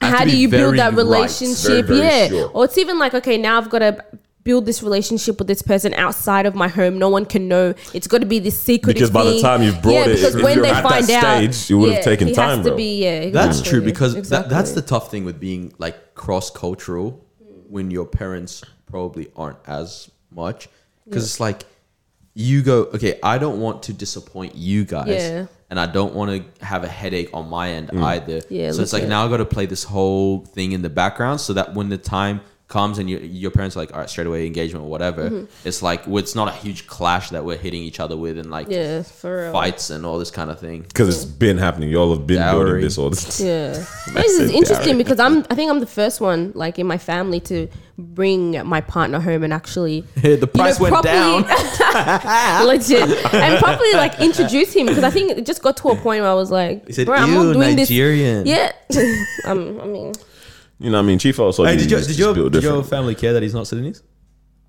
B: I have to
D: how do
B: be
D: you
B: very
D: build that
B: right, very,
D: relationship?
C: very
D: yeah.
C: sure.
D: Or it's even like, okay, now I've got to build this relationship with this person outside of my home. No one can know. It's got to be this secret.
C: Because by the time you've brought it, if you're at that stage, you would have taken
D: he
C: time,
D: has to
C: bro.
D: be, yeah,
B: That's
D: exactly.
B: true because that, that's the
D: Exactly.
B: tough thing with being like cross cultural when your parents probably aren't as much because it's like you go okay I don't want to disappoint you guys
D: Yeah.
B: and I don't want to have a headache on my end either
D: Yeah,
B: so it's like
D: legit.
B: now I got to play this whole thing in the background so that when the time comes and your your parents are like all right straight away engagement or whatever
D: Mm-hmm.
B: it's like well, it's not a huge clash that we're hitting each other with and like
D: Yeah, for real.
B: fights and all this kind of thing
C: Because it's been happening. Y'all have been building
B: Dowry.
C: this all this.
D: Yeah, this is
C: it, Darren.
D: interesting because I'm. I think I'm the first one, like in my family, to bring my partner home and actually
B: the price went down
D: legit, and properly like introduce him because I think it just got to a point where I was like,
B: He said,
D: "Bro, I'm
B: "Ew,
D: not doing
B: Nigerian."
D: this." Yeah, um, I mean,
C: You know what I mean? Chief also.
B: Hey,
C: you
B: did, your
C: just-
B: did,
C: just
B: your,
C: build
B: did your
C: different.
B: family care that he's not Sudanese?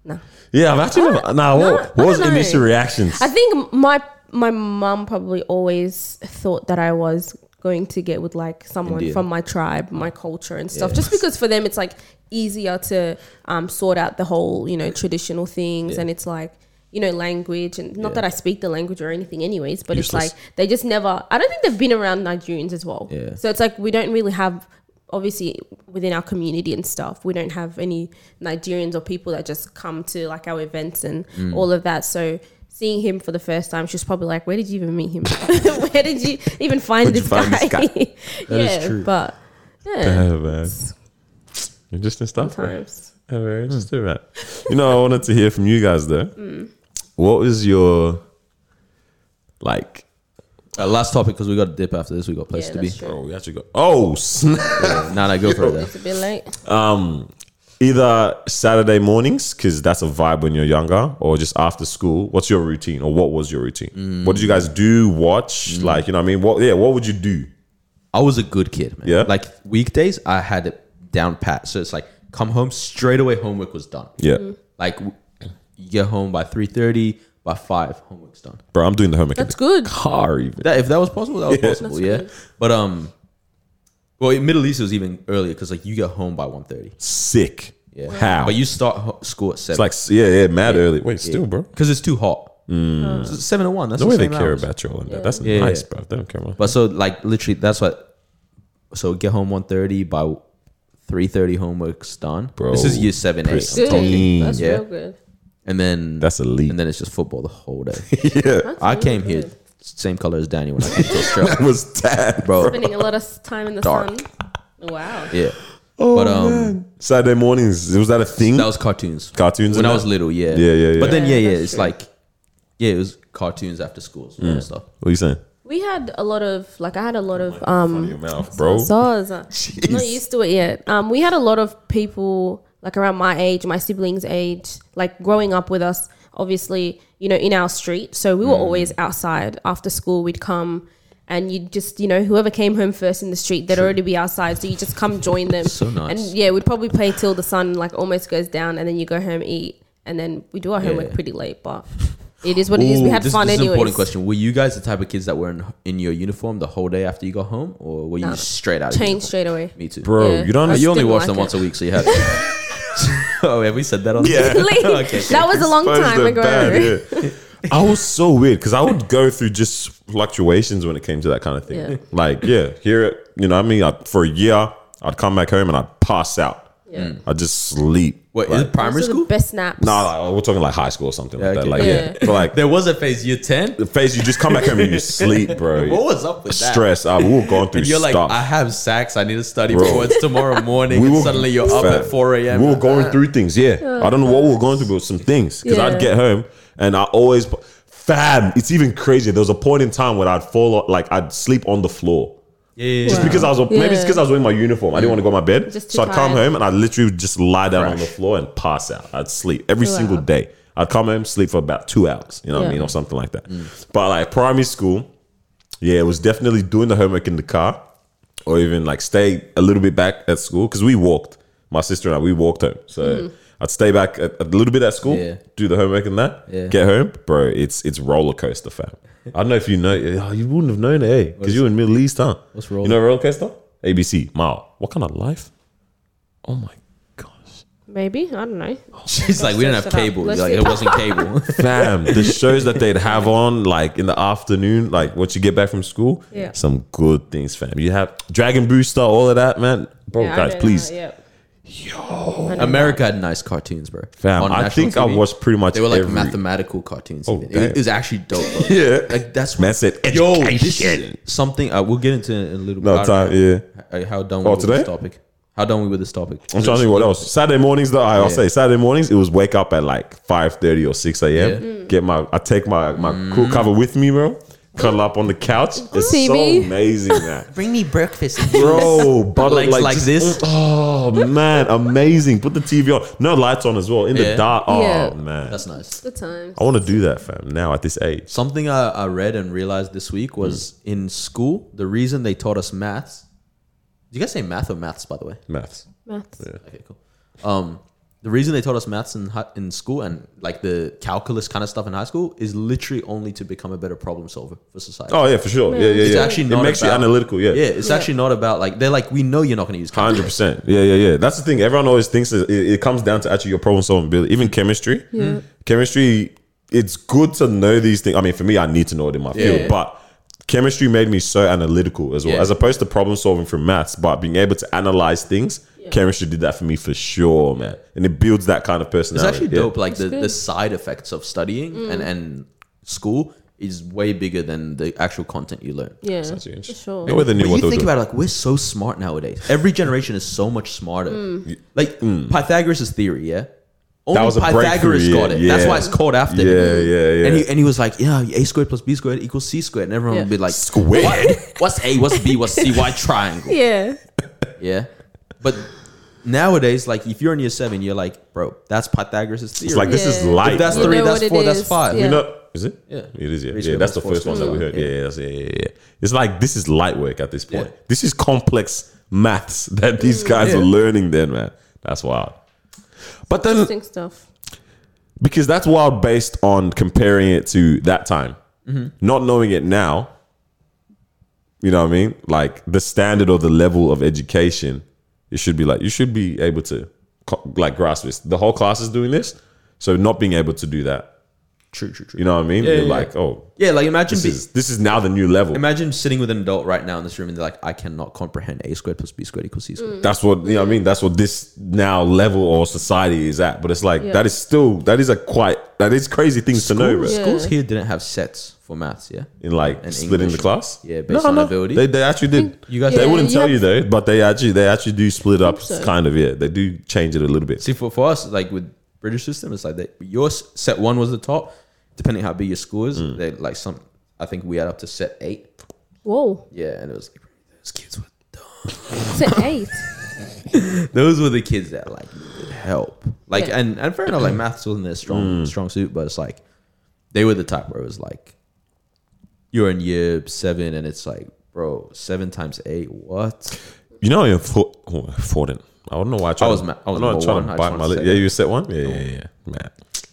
D: no.
C: Yeah, I've actually never. Nah,
D: No,
C: what,
D: I
C: what was
D: don't know.
C: initial reactions?
D: I think my my mum probably always thought that I was going to get with like someone
B: Indian.
D: from my tribe, my culture and stuff.
B: Yeah.
D: Just because for them it's like easier to um, sort out the whole you know traditional things,
B: Yeah.
D: and it's like you know language and not
B: Yeah.
D: that I speak the language or anything, anyways. But
C: Useless.
D: it's like they just never. I don't think they've been around Nigerians as well.
B: Yeah.
D: So it's like we don't really have. Obviously, within our community and stuff, we don't have any Nigerians or people that just come to like our events and
B: Mm.
D: all of that. So seeing him for the first time, she's probably like, "Where did you even meet him? Where did you even find,
C: Where'd you
D: this,
C: find
D: guy?
C: this guy?
B: That is
D: yeah,
B: true.
D: but yeah,
C: Yeah, man. Interesting stuff. bro.
D: sometimes.
C: Yeah, very
B: Hmm.
C: interesting, man. You know, I wanted to hear from you guys though. What was your like?
B: Uh, last topic because we got to dip after this. We got place
D: Yeah,
B: to be.
D: that's true.
C: Oh, we actually got. Oh, snap.
B: Nah, nah, go for it. Though.
D: It's a bit late.
C: um, either Saturday mornings because that's a vibe when you're younger, or just after school. What's your routine, or what was your routine?
B: Hmm.
C: What did you guys do? Watch, like you know, what I mean, what? Yeah, what would you do?
B: I was a good kid, man.
C: Yeah?
B: Like weekdays, I had it down pat. So it's like come home straight away. Homework was done.
C: Yeah,
B: Like w- you get home by three thirty, by five, homework's done.
C: bro, I'm doing the homework. in
D: That's
C: the
D: good.
C: Car even.
B: That if that was possible, that was
C: Yeah.
B: possible.
D: That's
B: yeah.
D: good.
B: But um, well, in Middle East it was even earlier because like you get home by 1.30.
C: Sick.
B: Yeah.
C: How?
B: But you start ho- school at seven.
C: it's like yeah, yeah, mad early. Wait, still, bro.
B: because it's too hot. So it's seven to one. That's
C: No
B: the
C: way they
B: same
C: care
B: hours.
C: about you all in that. That's
B: Yeah,
C: nice,
B: yeah.
C: bro. They don't care about.
B: But so like literally that's what so get home 1.30 by 3.30 homework's done.
C: Bro,
B: this is year 7 8.
C: pristine.
D: Good.
C: Talking.
D: That's
B: Yeah.
D: real good.
B: And then
C: That's elite.
B: And then it's just football the whole day.
C: yeah,
B: I came here same color as Daniel when I came to Australia,
C: that was tad,
B: bro.
D: Spending a lot of time in the
B: Dark.
D: sun. Wow.
B: Yeah.
C: Oh,
B: but um
C: Saturday mornings was that a thing?
B: that was cartoons.
C: Cartoons
B: when
C: and
B: I
C: that?
B: was little, yeah.
C: Yeah, yeah, yeah.
B: But then yeah, yeah,
D: Yeah, that's
B: it's
D: true.
B: like yeah, it was cartoons after school and stuff.
C: what are you saying?
D: We had a lot of like I had a lot of
C: Out
D: um
C: your mouth, bro.
D: SARS. I'm not used to it yet. Um, we had a lot of people like around my age, my siblings' age, like growing up with us. Obviously, you know, in our street, so we were
B: Mm.
D: always outside after school. We'd come. And you just, you know, whoever came home first in the street, they'd already be outside. So you just come join them.
B: So nice.
D: And yeah, we'd probably play till the sun like almost goes down, and then you go home eat, and then we do our homework
B: yeah.
D: pretty late. But it is what it is. We
B: Ooh,
D: had
B: this,
D: fun
B: this is an
D: anyway.
B: important question. Were you guys the type of kids that were in, in your uniform the whole day after you got home, or were you
D: Nah.
B: just straight out? of
D: Change
B: uniform?
D: straight away.
B: Me too,
C: Bro,
D: Yeah.
C: you don't.
D: I
B: you only
D: didn't
B: watch
D: like
B: them
D: it.
B: once a week, so you had. oh, have we said that on?
C: Yeah.
B: okay.
D: that was a long
C: Sponged
D: time
C: the
D: ago.
C: bad, yeah. I was so weird because I would go through just fluctuations when it came to that kind of thing.
D: Yeah.
C: Like, yeah, here, you know, what I mean, I, for a year, I'd come back home and I'd pass out.
D: Yeah. Mm.
C: I'd just sleep.
B: Wait, is
C: like,
B: it primary
D: Those are the
B: school?
D: best snaps.
C: nah, like, we're talking like high school or something
B: Yeah,
C: like
B: okay.
C: that. Like,
D: Yeah.
C: yeah,
D: Yeah.
C: but like
B: There was a phase year ten.
C: the phase, you just come back home and you sleep, bro.
B: What was up with that?
C: Stress. I we were going through
B: And you're like,
C: stuff.
B: I have sacks. I need to study
C: Bro.
B: before it's tomorrow morning.
C: We
B: and
C: were-
B: suddenly you're up
C: Fam,
B: at 4 a.m.
C: We were going through things, yeah. I don't know what we were going through, but some things. Because
D: Yeah.
C: I'd get home and I always, fam, it's even crazier. There was a point in time where I'd fall, o- like I'd sleep on the floor.
B: yeah.
C: Just because I was, maybe it's
D: Yeah.
C: because I was wearing my uniform. I didn't want to go to my bed.
D: Just too
C: So I'd come
D: tired.
C: home and I'd literally just lie down on
B: Crash.
C: the floor and pass out. I'd sleep every
D: Wow.
C: single day. I'd come home, sleep for about two hours, you know what
D: Yeah.
C: I mean, or something like that.
B: Mm.
C: But like primary school, yeah, it was definitely doing the homework in the car or even like stay a little bit back at school because we walked. My sister and I, we walked home.
D: Mm-hmm.
C: So I'd stay back a, a little bit at school,
B: Yeah.
C: do the homework and that,
B: Yeah.
C: get home, bro. It's it's roller coaster, fam. I don't know if you know, oh, you wouldn't have known it, eh? Because you were in Middle East, huh?
B: What's roller-
C: You know roller coaster? ABC, Mao. What kind of life? Oh my gosh,
D: Maybe I don't know.
C: Oh,
B: She's like, we didn't have
D: Shut up.
B: cable. You're
D: Let's
B: like,
D: see.
B: it wasn't cable.
C: fam! the shows that they'd have on, like in the afternoon, like what you get back from school,
D: Yeah.
C: some good things, fam. You have Dragon Booster, all of that, man. Bro,
D: Yeah, I
C: guys,
D: know
C: please,
D: that, yep.
B: America had nice cartoons, bro.
C: Fam,
B: On
C: I
B: national
C: think I
B: TV.
C: watched pretty much
B: They were like
C: every-
B: mathematical cartoons.
C: Oh,
B: even. it, was-
C: damn.
B: it was actually dope. Bro.
C: Yeah.
B: like that's
C: Man said
B: Yo, this is
C: education.
B: something uh, we'll get into in a little bit.
C: No
B: I don't
C: time,
B: know
C: yeah.
B: How, how done we
C: Oh,
B: with this
C: today?
B: topic? How done we with this topic?
C: I'm trying to think what else. Saturday mornings, though, I'll say Saturday mornings, it was wake up at like 5.30 or 6 a.m.
B: Yeah.
D: Mm.
B: Mm.
C: Get my, I take my, my cool cover with me, bro. Cuddle up on the couch. It's
D: TV.
C: so amazing, man.
B: Bring me breakfast.
C: Bro, but
B: Legs like this.
C: Oh man, amazing! Put the TV on, no lights on as well in
B: Yeah.
C: the dark. Oh
D: Yeah.
C: man,
B: That's nice.
D: Good times.
C: I want to do that, fam. Now at this age,
B: Something I, I read and realized this week was
C: Hmm.
B: in school, the reason they taught us maths. Did you guys say math or maths, by the way?
C: maths.
D: Maths.
B: Okay, cool. Um, the reason they taught us maths in hi- in school and like the calculus kind of stuff in high school is literally only to become a better problem solver for society.
C: Oh yeah, for sure. Yeah, yeah, yeah.
B: it's actually
C: it
B: not
C: makes you
B: about-
C: analytical.
B: Yeah, it's actually not about like they're like we know you're not going to use calculus.
C: Hundred percent. Yeah, yeah, yeah. That's the thing. Everyone always thinks that it, it comes down to actually your problem solving ability. Even chemistry,
D: Mm-hmm.
C: chemistry. It's good to know these things. I mean, for me, I need to know it in my field,
B: Yeah.
C: but chemistry made me so analytical as well,
B: Yeah.
C: as opposed to problem solving from maths. But being able to analyze things, chemistry did that for me for sure, man. And it builds that kind of
B: It's
C: personality.
B: actually
C: yeah.
B: dope. Like the, the side effects of studying
D: Mm.
B: and and school is way bigger than the actual content you learn.
D: Yeah,
C: actually
D: for
C: interesting.
D: sure.
C: No one knew
B: But
C: what
B: you
C: they were
B: think
C: doing.
B: about it, like we're so smart nowadays. Every generation is so much smarter.
D: Mm.
B: Like Pythagoras' theory, yeah. Only
C: mm. was a breakthrough,
B: Pythagoras got
C: yeah,
B: it. That's
C: yeah.
B: why it's called after him.
C: Yeah, yeah, yeah.
B: And he and he was like, yeah, a squared plus b squared equals c squared, and everyone
D: Yeah.
B: would be like,
C: Squared.
B: "What? What's a? What's b? What's c? Why triangle?
D: Yeah,
B: Yeah. But nowadays, like if you're in year seven, you're like, bro, that's Pythagoras' theory.
C: It's like this is
D: Yeah.
C: light.
B: If that's
C: bro.
D: You
B: three,
D: know
B: that's
D: what it
B: four, that's
D: is.
B: five.
D: Yeah.
C: You know, is it?
B: Yeah.
C: it is. Yeah,
B: Three
C: yeah. That's the
B: squared
C: first
B: plus
C: one
B: four
C: that we
B: squared.
C: heard.
B: Yeah.
C: Yeah, yeah, that's, yeah, yeah, yeah. It's like this is light work at this point.
B: Yeah. Mm,
C: This is complex maths that these guys
B: Yeah.
C: are learning. Then, man, that's wild. But then,
D: interesting stuff.
C: because that's wild based on comparing it to that time,
B: Mm-hmm.
C: not knowing it now. You know what I mean? Like the standard or the level of education, it should be like you should be able to co- like grasp this. The whole class is doing this, so not being able to do that.
B: True, true, true.
C: You know what I mean?
B: Yeah,
C: You're
B: yeah,
C: like, oh,
B: Yeah, like imagine
C: this
B: be-
C: is this is now the new level.
B: imagine sitting with an adult right now in this room and they're like, I cannot comprehend a squared plus b squared equals c
D: Mm.
B: squared.
C: That's what you know. What I mean, that's what this now level or society is at. But it's like
D: Yeah.
C: that is still that is a quite that is crazy things to know. bro.
B: Schools,
D: Yeah.
B: schools here didn't have sets for maths, yeah.
C: In like
B: And
C: splitting
B: English.
C: the class,
B: Yeah, based on ability.
C: They, they actually did.
B: You guys-
C: they
B: Yeah,
C: wouldn't
D: you
C: tell
D: have-
C: you though, but they actually they actually do split up,
D: so.
C: kind of. Yeah, they do change it a little bit.
B: See, for, for us, like with
C: Mm.
B: British system, it's like that your s- set one was the top, depending how big your school is. They like some I think we had up to set eight.
D: Whoa.
B: Yeah, and it was like those kids were dumb.
D: Set eight.
B: Those were the kids that like needed help. Like
D: Yeah.
B: and and fair enough, like maths wasn't their strong
C: Mm.
B: strong suit, but it's like they were the type where it was like you're in year seven and it's like bro seven times eight what
C: You know, you're for, oh, Forden. I don't know why I tried.
B: I was
C: to-
B: ma- I was
C: know
B: number
C: tried
B: one. I
C: to
B: just
C: bite
B: wanted
C: my
B: to
C: lip.
B: say
C: Yeah,
B: that.
C: you said one. Yeah, yeah, yeah, man.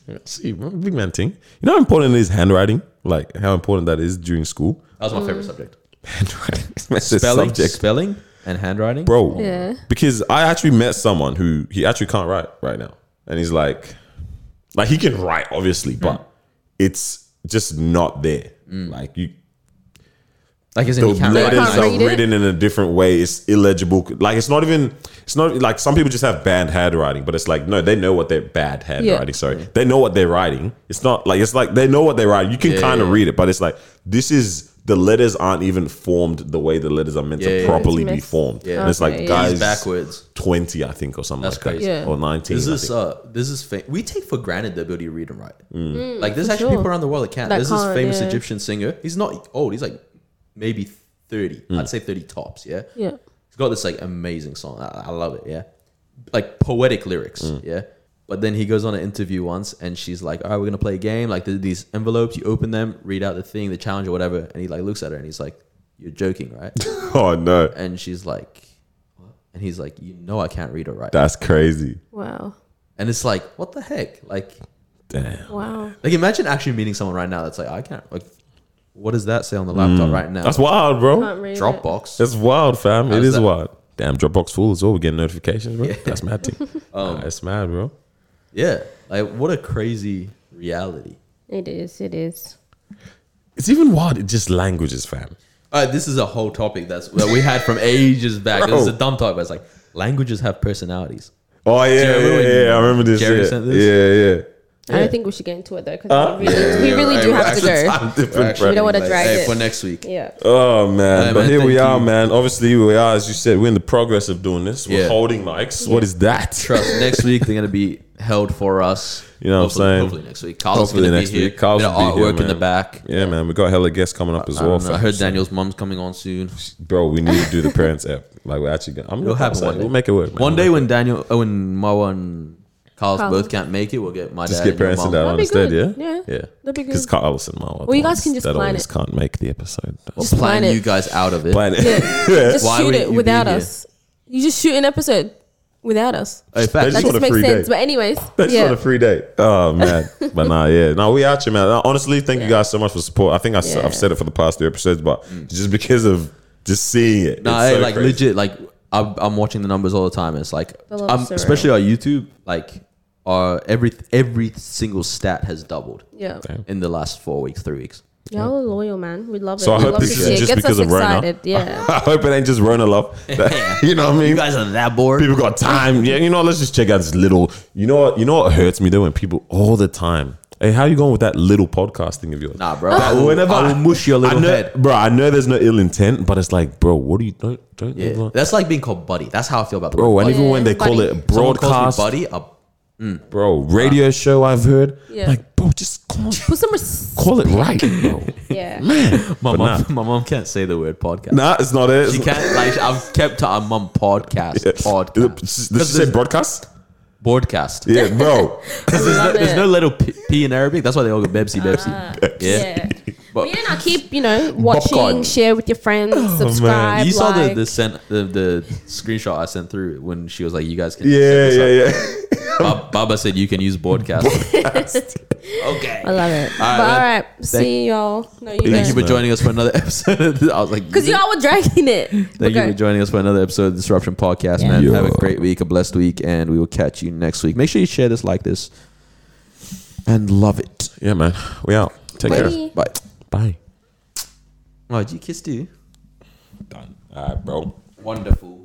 C: Yeah, See, man, big man thing. You know how important it is handwriting? Like how important that is during school.
B: that was my
D: Mm.
B: favorite subject
C: Handwriting. That's a
B: spelling
C: subject,
B: spelling and handwriting
C: bro.
D: Yeah.
C: Because I actually met someone who he actually can't write right now, and he's like, like he can write obviously, but it's just not there. Like you,
B: like is in you
C: the
B: can't write
D: letters
B: nice.
C: letters
D: can't
C: are
D: read it.
C: written in a different way. It's illegible. Like it's not even. It's not like some people just have bad handwriting, but it's like no, they know what they're bad handwriting. Sorry, they know what they're writing. It's not like it's like they know what they're writing. You can
B: Yeah,
C: kind of
B: yeah.
C: read it, but it's like this is the letters aren't even formed the way the letters are meant
B: Yeah, yeah,
C: to
B: yeah.
C: properly
D: It's
C: be
D: messed
C: formed.
B: Yeah.
C: And it's like
D: Okay, yeah.
C: guys,
B: He's backwards
C: twenty, I think, or something
B: That's
C: like that,
B: crazy.
D: Yeah.
C: or nineteen.
B: This
C: I
B: is
C: think.
B: uh, this is fam- we take for granted the ability to read and write.
C: Mm.
B: like there's actually
D: Mm, sure.
B: people around the world that can.
D: That
B: there's this
D: can't,
B: famous
D: yeah.
B: Egyptian singer. He's not old. He's like maybe thirty.
C: Mm.
B: I'd say thirty tops. Yeah.
D: Yeah.
B: He's got this like amazing song. I, I love it. Yeah. Like poetic lyrics. Yeah. But then he goes on an interview once, and she's like, "All right, we're gonna play a game. Like there's these envelopes. You open them, read out the thing, the challenge or whatever." And he like looks at her, and he's like, "You're joking, right?"
C: oh no,
B: and she's like, "What?" And he's like, "You know I can't read or write."
C: that's crazy.
D: Wow.
B: and it's like, what the heck? Like,
C: Damn.
D: Wow.
B: Like imagine actually meeting someone right now that's like, I can't like what does that say on the laptop right now?
C: That's wild,
D: Can't
C: bro.
D: read It.
B: Dropbox.
C: That's wild, fam.
B: How's
C: it is
B: that?
C: wild. Damn, Dropbox full as well. We're getting notifications, bro. That's mad. Thing.
B: Um,
C: Nah, that's mad, bro.
B: Yeah. Like what a crazy reality.
D: It is. It is.
C: It's even wild. It's just languages, fam.
B: All right, this is a whole topic that's that we had from ages back. This is a
C: Bro.
B: dumb topic, but it's like languages have personalities.
C: Oh yeah,
B: remember
C: yeah,
B: when
C: yeah. I remember this.
B: Jerry
C: yeah.
B: sent
D: I
B: Yeah.
D: don't think we should get into it though, because
C: Huh?
D: we really, we really do have to
C: Yeah, yeah.
D: go.
C: Time different,
B: Actually,
C: bro.
D: We don't wanna
B: like,
D: drag
B: hey,
D: it.
B: for next week.
D: Yeah.
C: Oh man,
B: Hey,
C: but
B: man,
C: here we
B: thank
C: are,
B: you.
C: man. Obviously, we are, as you said, we're in the progress of doing this. We're
B: Yeah.
C: holding mics. What is that?
B: Trust next week they're gonna be held for us.
C: You know what I'm
B: Hopefully-
C: saying?
B: Hopefully next week. Carlos
C: Hopefully
B: is gonna
C: next
B: be here.
C: week. Carlos
B: Bit of
C: will be here,
B: artwork in the
C: man.
B: back.
C: Yeah, man. We got hella guests coming up as
B: I,
C: well.
B: don't know. I
C: fam.
B: heard
C: So,
B: Daniel's mum's coming on soon.
C: bro. We need to do the parents app. Like we're actually. Gonna, I'm
B: It'll
C: gonna
B: happen one day.
C: We'll make it work. man.
B: One day when Daniel, oh, when Marwa and Carlos
D: Carl.
B: both can't make it, we'll get my
C: just
B: dad
C: get parents
B: and
C: and
B: your
C: dad
B: mom.
C: on
D: That'd be
C: instead. Yeah,
D: good. Yeah,
C: yeah.
D: that'd be good.
C: Because Carlos and Mom.
D: Well, you guys can just
C: that
D: plan
C: always
D: it.
C: can't make the episode.
B: We'll
D: Just plan
B: plan
D: it.
B: you guys out of it.
C: Plan it.
D: Just
B: Why
D: shoot
B: wouldn't
D: it
B: you be
D: without
B: here?
D: us. You just shoot an episode without us.
B: Hey,
C: They
B: facts.
D: That
C: just want
D: just
C: a
D: makes
C: free
D: sense.
C: day.
D: But anyways,
C: That's
D: yeah.
C: not a free day. Oh man, but nah, yeah, no, we out here, man. Nah, Honestly, thank you guys so much for support. I think I,
D: Yeah.
C: have said it for the past three episodes, but just because of just seeing it,
B: Mm. Nah,
C: it's
B: hey,
C: so
B: like
C: crazy.
B: legit, like I'm, I'm watching the numbers all the time. It's like,
D: The love
B: um,
D: surreal.
B: especially our YouTube, like our every every single stat has doubled
D: Yeah.
B: in the last four weeks, three weeks.
D: Y'all are loyal, man. We love it.
C: So I
D: we
C: hope
D: love
C: this
D: to
C: is
D: see it.
C: just
D: Gets
C: because
D: us
C: of Rona.
D: excited. Yeah.
C: I hope it ain't just running love. you know what I mean?
B: You guys are that bored.
C: people got time. Yeah, you know, what? let's just check out this little. You know what? You know what hurts me though when people all the time. Hey, how you going with that little podcasting of yours?
B: Nah, bro.
C: That
B: I will-
C: whenever
B: I will mush your little
C: I know,
B: head.
C: bro. I know there's no ill intent, but it's like, bro, what do you don't don't
B: Yeah. That's like being called buddy. That's how I feel about the
C: bro?
B: word
C: And
B: buddy.
C: even when they call
D: buddy.
C: it
B: Someone calls me
C: broadcast,
B: buddy, uh,
C: bro, radio show I've heard,
D: Yeah.
C: like, bro, just call,
D: Put some. Res-
C: call it right, bro.
D: yeah.
B: my
C: But
B: mom, my mom can't say the word podcast.
C: nah, it's not it.
B: She can't like I've kept to our mum podcast
C: Yeah.
B: podcast
C: Is it- Did she say broadcast?
B: broadcast.
C: Yeah, bro.
B: There's no,
D: Love
B: there's
D: it.
B: no little p, p in Arabic. That's why they all go Bebsy Bebsy. yeah.
D: Ah. Yeah.
B: But-
D: But yeah, now keep you know watching,
C: Popcorn. Oh,
D: share with your friends, subscribe.
B: You saw the
D: like.
B: the, sent, the the screenshot I sent through when she was like, "You guys can."
C: yeah,
B: set this
C: yeah,
B: up."
C: yeah.
B: Ba- Baba said you can use broadcast. okay.
D: I love it.
B: right,
D: but all
B: man.
D: right, see y'all. No, you
B: Thank you for
D: don't.
B: joining us for another episode. I was like,
D: Because y'all were dragging it.
B: Thank you for joining us for another episode of Disruption Podcast, man.
C: Yeah.
B: Have a great week, a blessed week, and we will catch you next week. Make sure you share this, like this, and love it.
C: Yeah, man. We out. Take care.
D: Bye.
B: Bye.
C: Bye.
B: Oh, did you kiss too?
C: Done. All right, bro.
B: Wonderful.